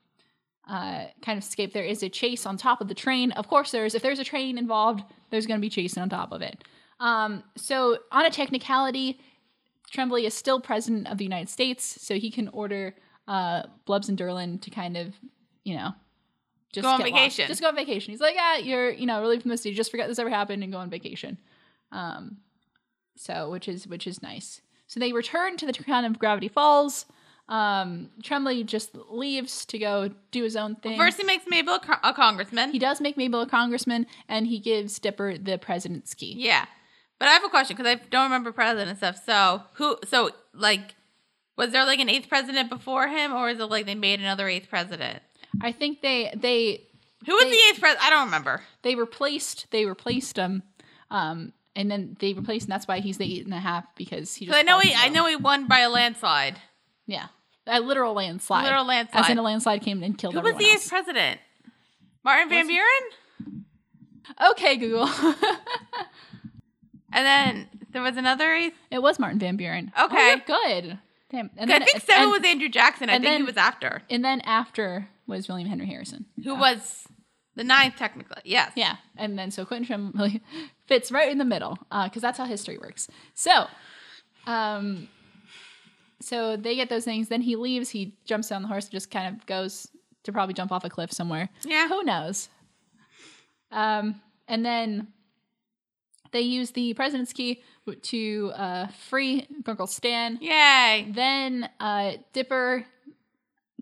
A: uh, kind of escape. There is a chase on top of the train. Of course, there's if there's a train involved, there's going to be chasing on top of it. Um, so on a technicality, Tremblay is still president of the United States, so he can order uh, Blubs and Derlin to kind of, you know, just
B: Go on
A: get lost.
B: vacation.
A: Just go on vacation. He's like, ah, you're, you know, relieved from this. You just forget this ever happened and go on vacation. Um, so which is which is nice. So they return to the town of Gravity Falls. Um, Tremblay just leaves to go do his own thing.
B: First, he makes Mabel a, co- a congressman.
A: he does make Mabel a congressman, and he gives Dipper the president's key.
B: yeah, but I have a question because I don't remember president and stuff. So who? So like, was there like an eighth president before him, or is it like they made another eighth president?
A: I think they they
B: Who was
A: They-
B: the eighth president? I don't remember.
A: they replaced they replaced him, um, and then they replaced, and that's why he's the eight and a half because he.
B: 'Cause
A: Just
B: I know
A: falls
B: he, I
A: down.
B: know he won by a landslide.
A: Yeah, a literal landslide.
B: Literal landslide.
A: As in a landslide came and killed
B: Who was
A: everyone
B: the eighth
A: else.
B: president? Martin Van Buren.
A: Okay, Google.
B: And then there was another eighth.
A: it was Martin Van Buren.
B: Okay.
A: oh, you're good. Damn. And
B: I think
A: and-
B: seven was Andrew Jackson. I
A: and
B: think he
A: then-
B: was after.
A: And then after was William Henry Harrison.
B: Who was the ninth technically? Yes.
A: Yeah, and then so Quentin Tremblay fits right in the middle because that's how history works. So, um, so they get those things. Then he leaves. He jumps down the horse and just kind of goes to probably jump off a cliff somewhere.
B: Yeah.
A: who knows? Um, and then they use the president's key w- to uh, free Uncle Stan.
B: Yay.
A: Then uh, Dipper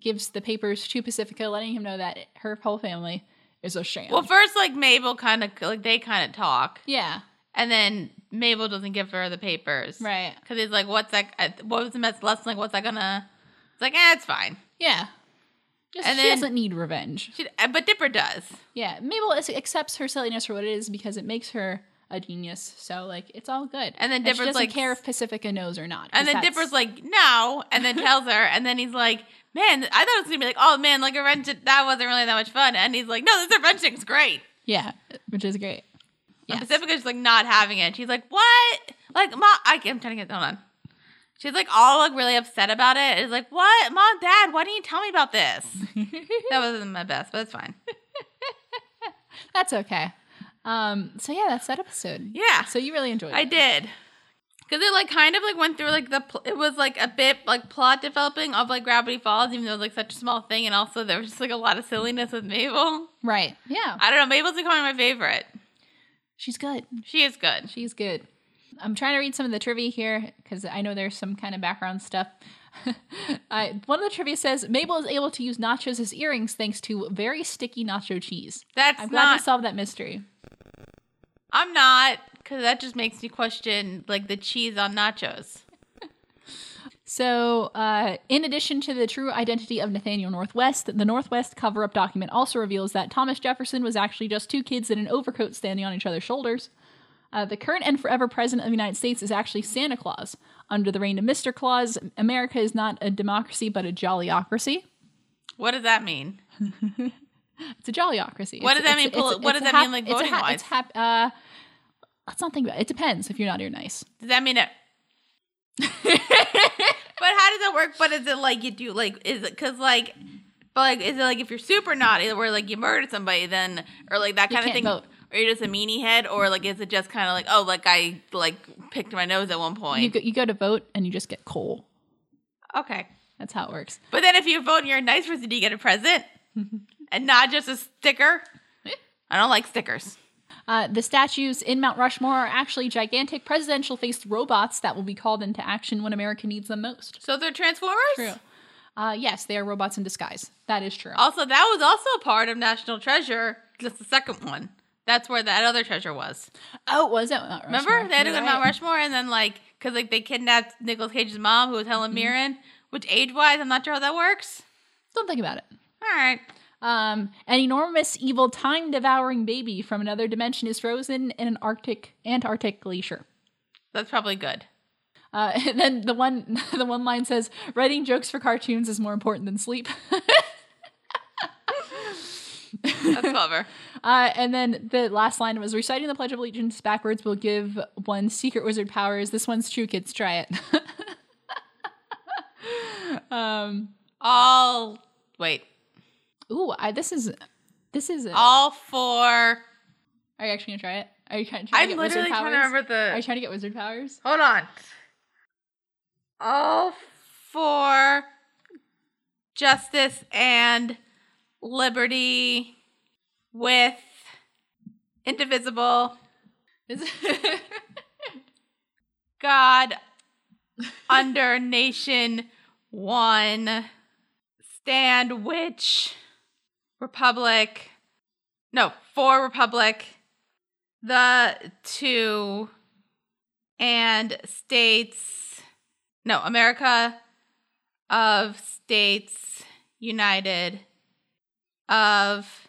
A: gives the papers to Pacifica, letting him know that her whole family is a sham.
B: Well, first, like Mabel kind of like they kind of talk,
A: yeah,
B: and then Mabel doesn't give her the papers,
A: right.
B: Because he's like, "What's that? uh, What was the mess lesson? Like, what's that gonna?" It's like, "Eh, it's fine."
A: Yeah. Just,
B: And
A: she
B: then-
A: doesn't need revenge.
B: She, uh, but Dipper does.
A: Yeah, Mabel is, accepts her silliness for what it is because it makes her a genius. So like, it's all good.
B: And then
A: she
B: Dipper's
A: doesn't
B: like-
A: care if Pacifica knows or not. 'cause
B: And then
A: that's-
B: Dipper's like, "No," and then tells her, and then he's like, "Man, I thought it was gonna be like, oh man, like a wrench. That wasn't really that much fun." And he's like, "No, this wrench thing's great."
A: yeah, which is great. Yes.
B: And Pacifica's like not having it. She's like, "What?" Like, mom, I, I'm trying to get hold on. She's like all like really upset about it. It's like, "What, mom, dad? Why didn't you tell me about this?" that wasn't my best, but it's fine.
A: that's okay. Um. So yeah, that's that episode.
B: Yeah,
A: So you really enjoyed
B: I
A: it.
B: did. Because it like kind of like went through like the pl- it was like a bit like plot developing of like Gravity Falls, even though it was like such a small thing, and also there was just like a lot of silliness with Mabel.
A: Right. Yeah.
B: I don't know, Mabel's becoming my favorite.
A: She's good.
B: She is good.
A: She's good. I'm trying to read some of the trivia here because I know there's some kind of background stuff. I, one of the trivia says Mabel is able to use nachos as earrings thanks to very sticky nacho cheese.
B: That's
A: I'm glad
B: not.
A: we solved that mystery.
B: I'm not because that just makes me question like the cheese on nachos.
A: So, uh, in addition to the true identity of Nathaniel Northwest, the Northwest cover up document also reveals that Thomas Jefferson was actually just two kids in an overcoat standing on each other's shoulders. Uh, the current and forever president of the United States is actually Santa Claus. Under the reign of Mr. Claus, America is not a democracy but a jollyocracy.
B: What does that mean?
A: It's a jollyocracy.
B: What
A: It's-
B: does that
A: it's-
B: mean
A: it's-
B: poli- what
A: it's
B: does
A: a
B: that
A: hap-
B: mean, like,
A: it's a
B: voting
A: hap-
B: wise?
A: It's hap- uh, let's not think about it. It depends if you're not, you're nice.
B: Does that mean it? But how does that work? But is it like you do like is it because like but like is it like if you're super naughty where like you murdered somebody then or like that
A: You
B: kind of
A: can't
B: thing
A: vote.
B: or you're just a meanie head or like is it just kind of like oh like I like picked my nose at one
A: you
B: point
A: go, you go to vote and you just get coal.
B: okay
A: That's how it works.
B: but then if you vote and you're a nice person do you get a present and not just a sticker I don't like stickers
A: Uh, the statues in Mount Rushmore are actually gigantic presidential faced robots that will be called into action when America needs them most.
B: so they're transformers
A: Uh, yes, they are robots in disguise. That is true.
B: also that was also a part of National Treasure just the second one that's where that other treasure was.
A: Oh, was it? Mount
B: Remember
A: Rushmore?
B: they had to go
A: You're
B: to Mount
A: right.
B: Rushmore and then like because like they kidnapped Nicolas Cage's mom, who was
A: Mm-hmm.
B: Helen Mirren. Which age wise, I'm not sure how that works.
A: Don't think about it.
B: All right,
A: Um, an enormous, evil, time devouring baby from another dimension is frozen in an Arctic, Antarctic glacier.
B: that's probably good.
A: Uh, and then the one, the one line says, "Writing jokes for cartoons is more important than sleep."
B: That's clever.
A: Uh, and then the last line was reciting the Pledge of Allegiance backwards will give one secret wizard powers. This one's true, kids. Try it. um,
B: All wait,
A: ooh, I, this is this is. Are
B: all four.
A: you actually gonna try it? Are you trying, trying
B: I'm
A: to get wizard
B: literally trying
A: powers?
B: to remember
A: Are you
B: the.
A: trying to get wizard powers?
B: Hold on. All four. Justice and liberty with indivisible.
A: Is-
B: God under nation one stand which republic no for republic the two and states no america of states united of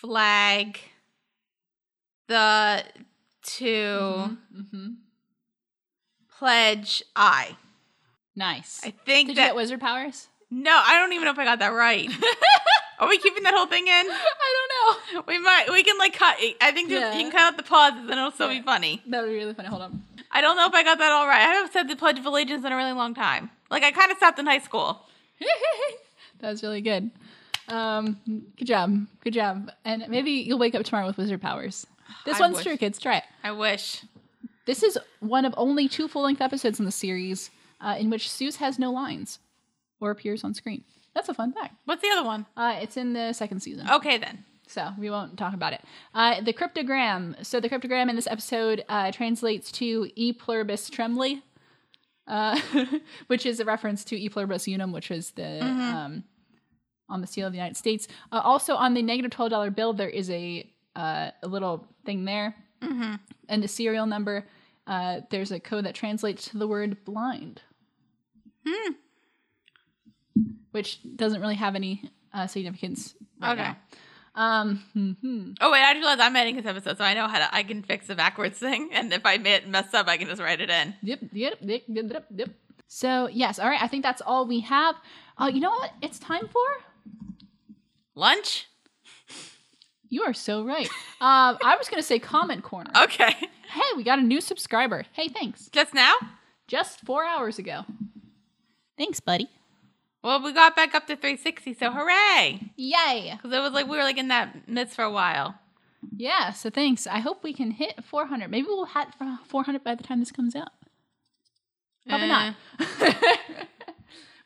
B: flag the 2
A: Mhm.
B: pledge I.
A: Nice.
B: I
A: Did
B: think
A: you
B: that
A: get wizard powers?
B: no, I don't even know if I got that right. Are we keeping that whole thing in?
A: I don't know.
B: We might we can like cut it. I think
A: Yeah.
B: you can cut out the pauses and it'll still
A: Yeah.
B: be funny.
A: That would be really funny. Hold on.
B: I don't know if I got that all right. I haven't said the Pledge of Allegiance in a really long time. Like I kinda stopped in high school.
A: that was really good. Um, good job. Good job. And maybe you'll wake up tomorrow with wizard powers. This
B: I
A: one's
B: wish.
A: true, kids. Try it.
B: I wish.
A: This is one of only two full length episodes in the series uh, in which Suze has no lines or appears on screen. That's a fun fact.
B: What's the other one?
A: Uh, it's in the second season,
B: Okay then.
A: so we won't talk about it. Uh, the cryptogram. So the cryptogram in this episode uh, translates to E pluribus trembli, uh, which is a reference to E pluribus unum, which is the um, on the seal of the United States. Uh, also on the negative twelve dollar bill, there is a uh, a little thing there and a serial number. Uh, there's a code that translates to the word blind, which doesn't really have any uh, significance. Right
B: Okay.
A: Now. Um, mhm.
B: Oh wait, I just realized I'm editing this episode, so I know how to I can fix the backwards thing, and if I ma- mess up, I can just write it in.
A: Yep, yep, yep, yep, yep, yep. So yes, all right. I think that's all we have. Uh, you know what? It's time for.
B: Lunch?
A: You are so right. Um, I was gonna say comment corner.
B: Okay.
A: Hey, we got a new subscriber. Hey, thanks.
B: Just now?
A: Just four hours ago. Thanks, buddy.
B: Well, we got back up to 360, so hooray!
A: Yay.
B: Because it was like we were like in that midst for a while.
A: Yeah. So thanks. I hope we can hit 400. Maybe we'll hit 400 by the time this comes out. Probably not. but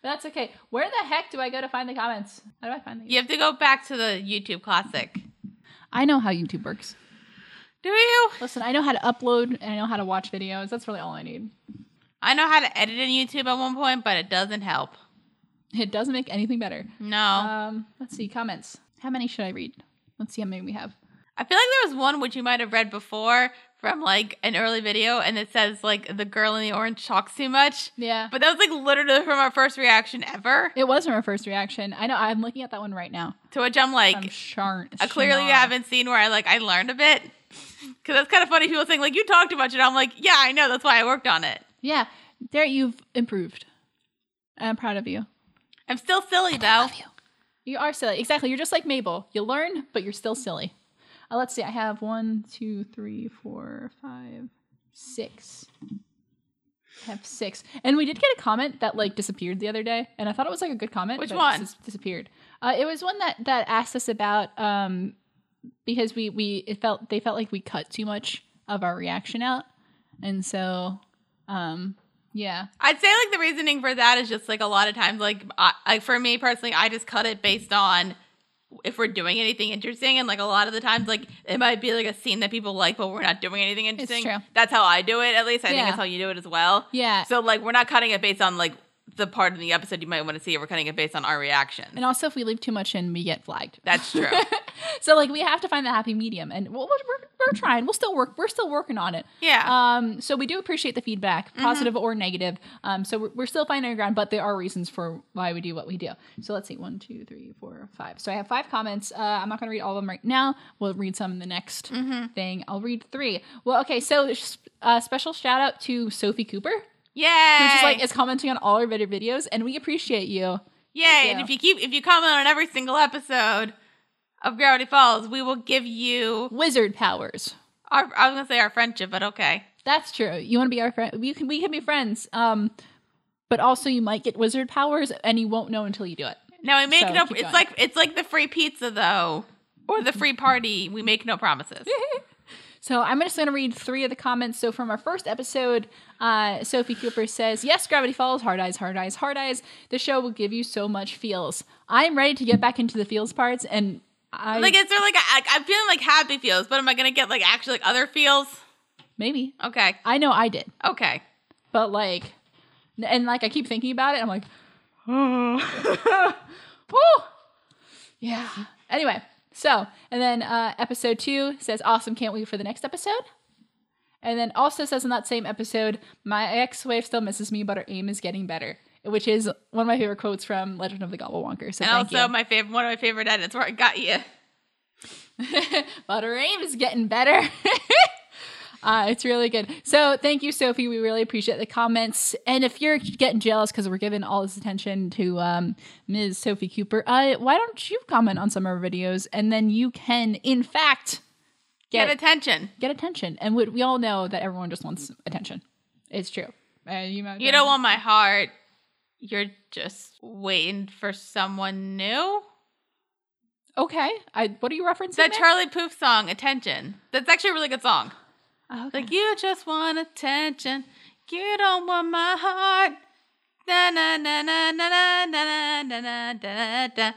A: that's okay. Where the heck do I go to find the comments? How do I find the?
B: You have to go back to the YouTube classic.
A: I know how YouTube works.
B: Do you?
A: Listen, I know how to upload and I know how to watch videos. That's really all I need.
B: I know how to edit in YouTube at one point, but it doesn't help.
A: It doesn't make anything better.
B: No.
A: Um, let's see comments. How many should I read? Let's see how many we have.
B: I feel like there was one which you might have read before from like an early video and it says like the girl in the orange talks too much.
A: Yeah.
B: But that was like literally from our first reaction ever.
A: It was my first reaction. I know. I'm looking at that one right now.
B: To which I'm like,
A: I'm sharn.
B: I clearly you haven't seen where I like I learned a bit. Cause that's kind of funny. People saying like you talked about it. I'm like, yeah, I know. That's why I worked on it.
A: Yeah. There, you've improved. I'm proud of you.
B: I'm still silly though.
A: you. You are silly. Exactly. You're just like Mabel. You learn, but you're still silly. Uh, let's see. I have one, two, three, four, five, six. I have six. And we did get a comment that like disappeared the other day, and I thought it was like a good comment.
B: Which
A: but it
B: one?
A: dis- disappeared? Uh, it was one that that asked us about um because we we it felt they felt like we cut too much of our reaction out, and so um yeah
B: I'd say like the reasoning for that is just like a lot of times like I, like for me personally, I just cut it based on if we're doing anything interesting, and like a lot of the times like it might be like a scene that people like, but we're not doing anything interesting.
A: true.
B: That's how I do it. At least I
A: Yeah.
B: think that's how you do it as well.
A: yeah.
B: So like we're not cutting it based on like the part in the episode you might want to see. We're cutting it based on our reaction.
A: and also, if we leave too much in, we get flagged.
B: That's true.
A: so like we have to find the happy medium and we'll, we're, we're- we're trying we'll still work we're still working on it
B: yeah.
A: um so we do appreciate the feedback positive or negative um so we're, we're still finding our ground but there are reasons for why we do what we do so let's see one two three four five so i have five comments uh i'm not gonna read all of them right now we'll read some in the next thing i'll read three well okay so sh- uh, special shout out to sophie cooper
B: Yeah.
A: who just like is commenting on all our video videos and we appreciate you
B: Yay!
A: you.
B: And if you keep if you comment on every single episode of Gravity Falls, we will give you
A: wizard powers
B: our I was gonna say our friendship, but okay.
A: That's true. You want to be our friend? We can we can be friends. Um, but also you might get wizard powers, and you won't know until you do it.
B: Now we make
A: So,
B: no
A: keep
B: it's
A: going.
B: like it's like the free pizza though. Or the free party. We make no promises.
A: Mm-hmm. So I'm just going to read three of the comments. So from our first episode, uh, Sophie Cooper says, "Yes, Gravity Falls, hard eyes, hard eyes, hard eyes. The show will give you so much feels. I'm ready to get back into the feels parts, and I
B: like it's sort of like I, I'm feeling like happy feels, but am I gonna get like actually like other feels?
A: maybe
B: Okay,
A: I know I did,
B: okay.
A: but like, and like I keep thinking about it. I'm like, oh, Whew. yeah. Anyway, so and then uh, episode two says, "Awesome, can't wait for the next episode." And then also says in that same episode, "My ex-wife still misses me, but her aim is getting better," which is one of my favorite quotes from Legend of the Gobblewonker. So
B: And
A: thank
B: also my favorite one of my favorite edits where I got you.
A: you. but her aim is getting better. Uh, it's really good. So thank you, Sophie. We really appreciate the comments. And if you're getting jealous because we're giving all this attention to um, Ms. Sophie Cooper, uh, why don't you comment on some of our videos and then you can, in fact, get
B: Get
A: get,
B: attention.
A: attention. And we, we all know that everyone just wants attention. It's true. Uh, you might
B: You don't want my heart. You're just waiting for someone new.
A: okay. I, what are you referencing?
B: That
A: there?
B: Charlie Poof song, Attention. That's actually a really good song.
A: Oh, okay.
B: Like, you just want attention. You don't want my heart. Na na na na na na na na na na na na.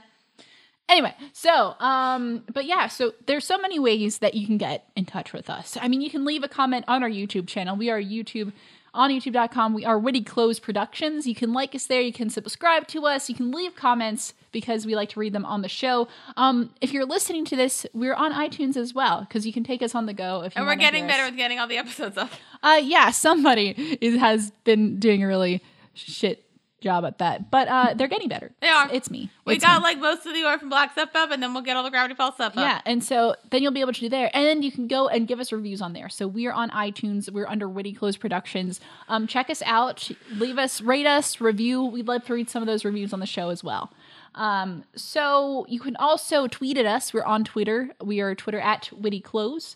A: anyway so um but yeah so there's so many ways that you can get in touch with us i mean you can leave a comment on our youtube channel we are youtube on youtube.com we are witty close productions you can like us there you can subscribe to us you can leave comments because we like to read them on the show um if you're listening to this we're on itunes as well because you can take us on the go if you
B: And we're
A: wanna
B: getting
A: hear
B: better
A: us.
B: with getting all the episodes up.
A: Uh, yeah, somebody is, has been doing a really shit job at that, but uh, they're getting better.
B: They are.
A: It's me.
B: We
A: It's me.
B: got like most of the Orphan Black stuff up, and then we'll get all the Gravity Falls stuff up.
A: Yeah, and so then you'll be able to do there, and then you can go and give us reviews on there. So we're on iTunes, we're under Witty Close Productions. Um, check us out, leave us, rate us, review. We'd love to read some of those reviews on the show as well. Um, so you can also tweet at us. We're on Twitter. We are Twitter at Witty Close.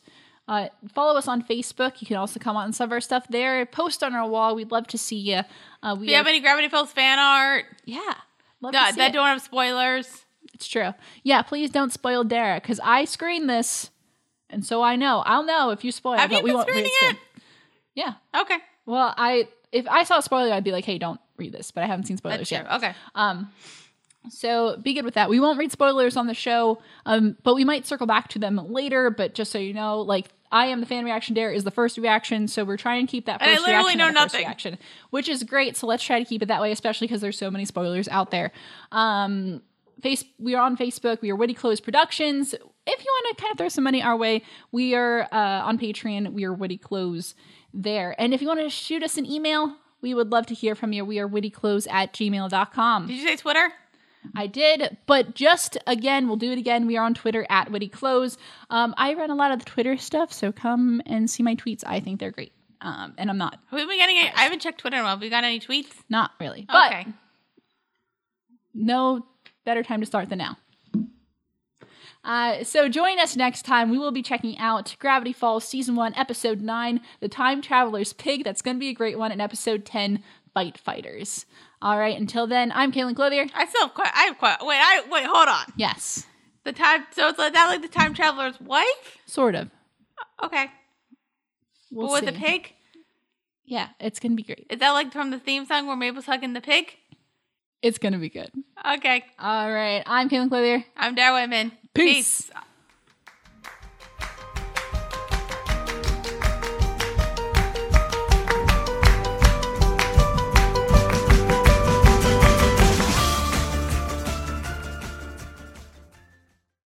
A: Uh, follow us on Facebook. You can also come on some of our stuff there. Post on our wall. We'd love to see you. Uh, we
B: If you have
A: are-
B: any Gravity Falls fan art,
A: yeah. Love to
B: that,
A: see
B: that
A: it.
B: don't have spoilers.
A: It's true. Yeah, please don't spoil Dara because I screened this, and so I know. I'll know if you spoil.
B: Have
A: but
B: you
A: we
B: been
A: won't read
B: screening
A: screen.
B: it?
A: Yeah.
B: Okay.
A: Well, I if I saw a spoiler, I'd be like, hey, don't read this. But I haven't seen spoilers
B: That's
A: yet.
B: true. Okay.
A: Um, so be good with that. We won't read spoilers on the show, um, but we might circle back to them later. But just so you know, like I am the fan reaction dare is the first reaction, so we're trying to keep that
B: And
A: first
B: I literally
A: reaction
B: know
A: on the first
B: nothing.
A: reaction, which is great. So let's try to keep it that way, especially because there's so many spoilers out there. Um, face we are on Facebook. We are Witty Close Productions. if you want to kind of throw some money our way, we are uh, on Patreon. We are Witty Close there. And if you want to shoot us an email, we would love to hear from you. We are wittyclose at gmail.com.
B: Did you say Twitter?
A: I did, but just again, we'll do it again. We are on Twitter at Witty Close. Um, I run a lot of the Twitter stuff, so come and see my tweets. I think they're great. Um, and I'm not,
B: Have we been getting? Any, I haven't checked Twitter in a while. Have we got any tweets?
A: not really. But
B: okay.
A: no better time to start than now. Uh, so join us next time. We will be checking out Gravity Falls Season 1, Episode 9, The Time Traveler's Pig. That's going to be a great one. And Episode 10, Fight Fighters. All right, until then, I'm Caitlin Clothier.
B: I still have quite. I have quite. Wait, I wait. Hold on.
A: Yes,
B: The time. So it's like that like the time traveler's wife.
A: sort of.
B: Okay.
A: We'll
B: but with the
A: see.
B: pig,
A: Yeah, it's going to be great.
B: is that like from the theme song where Mabel's hugging the pig?
A: It's going to be good.
B: Okay.
A: All right, I'm Caitlin Clothier.
B: I'm Dara Whitman.
A: Peace.
B: Peace.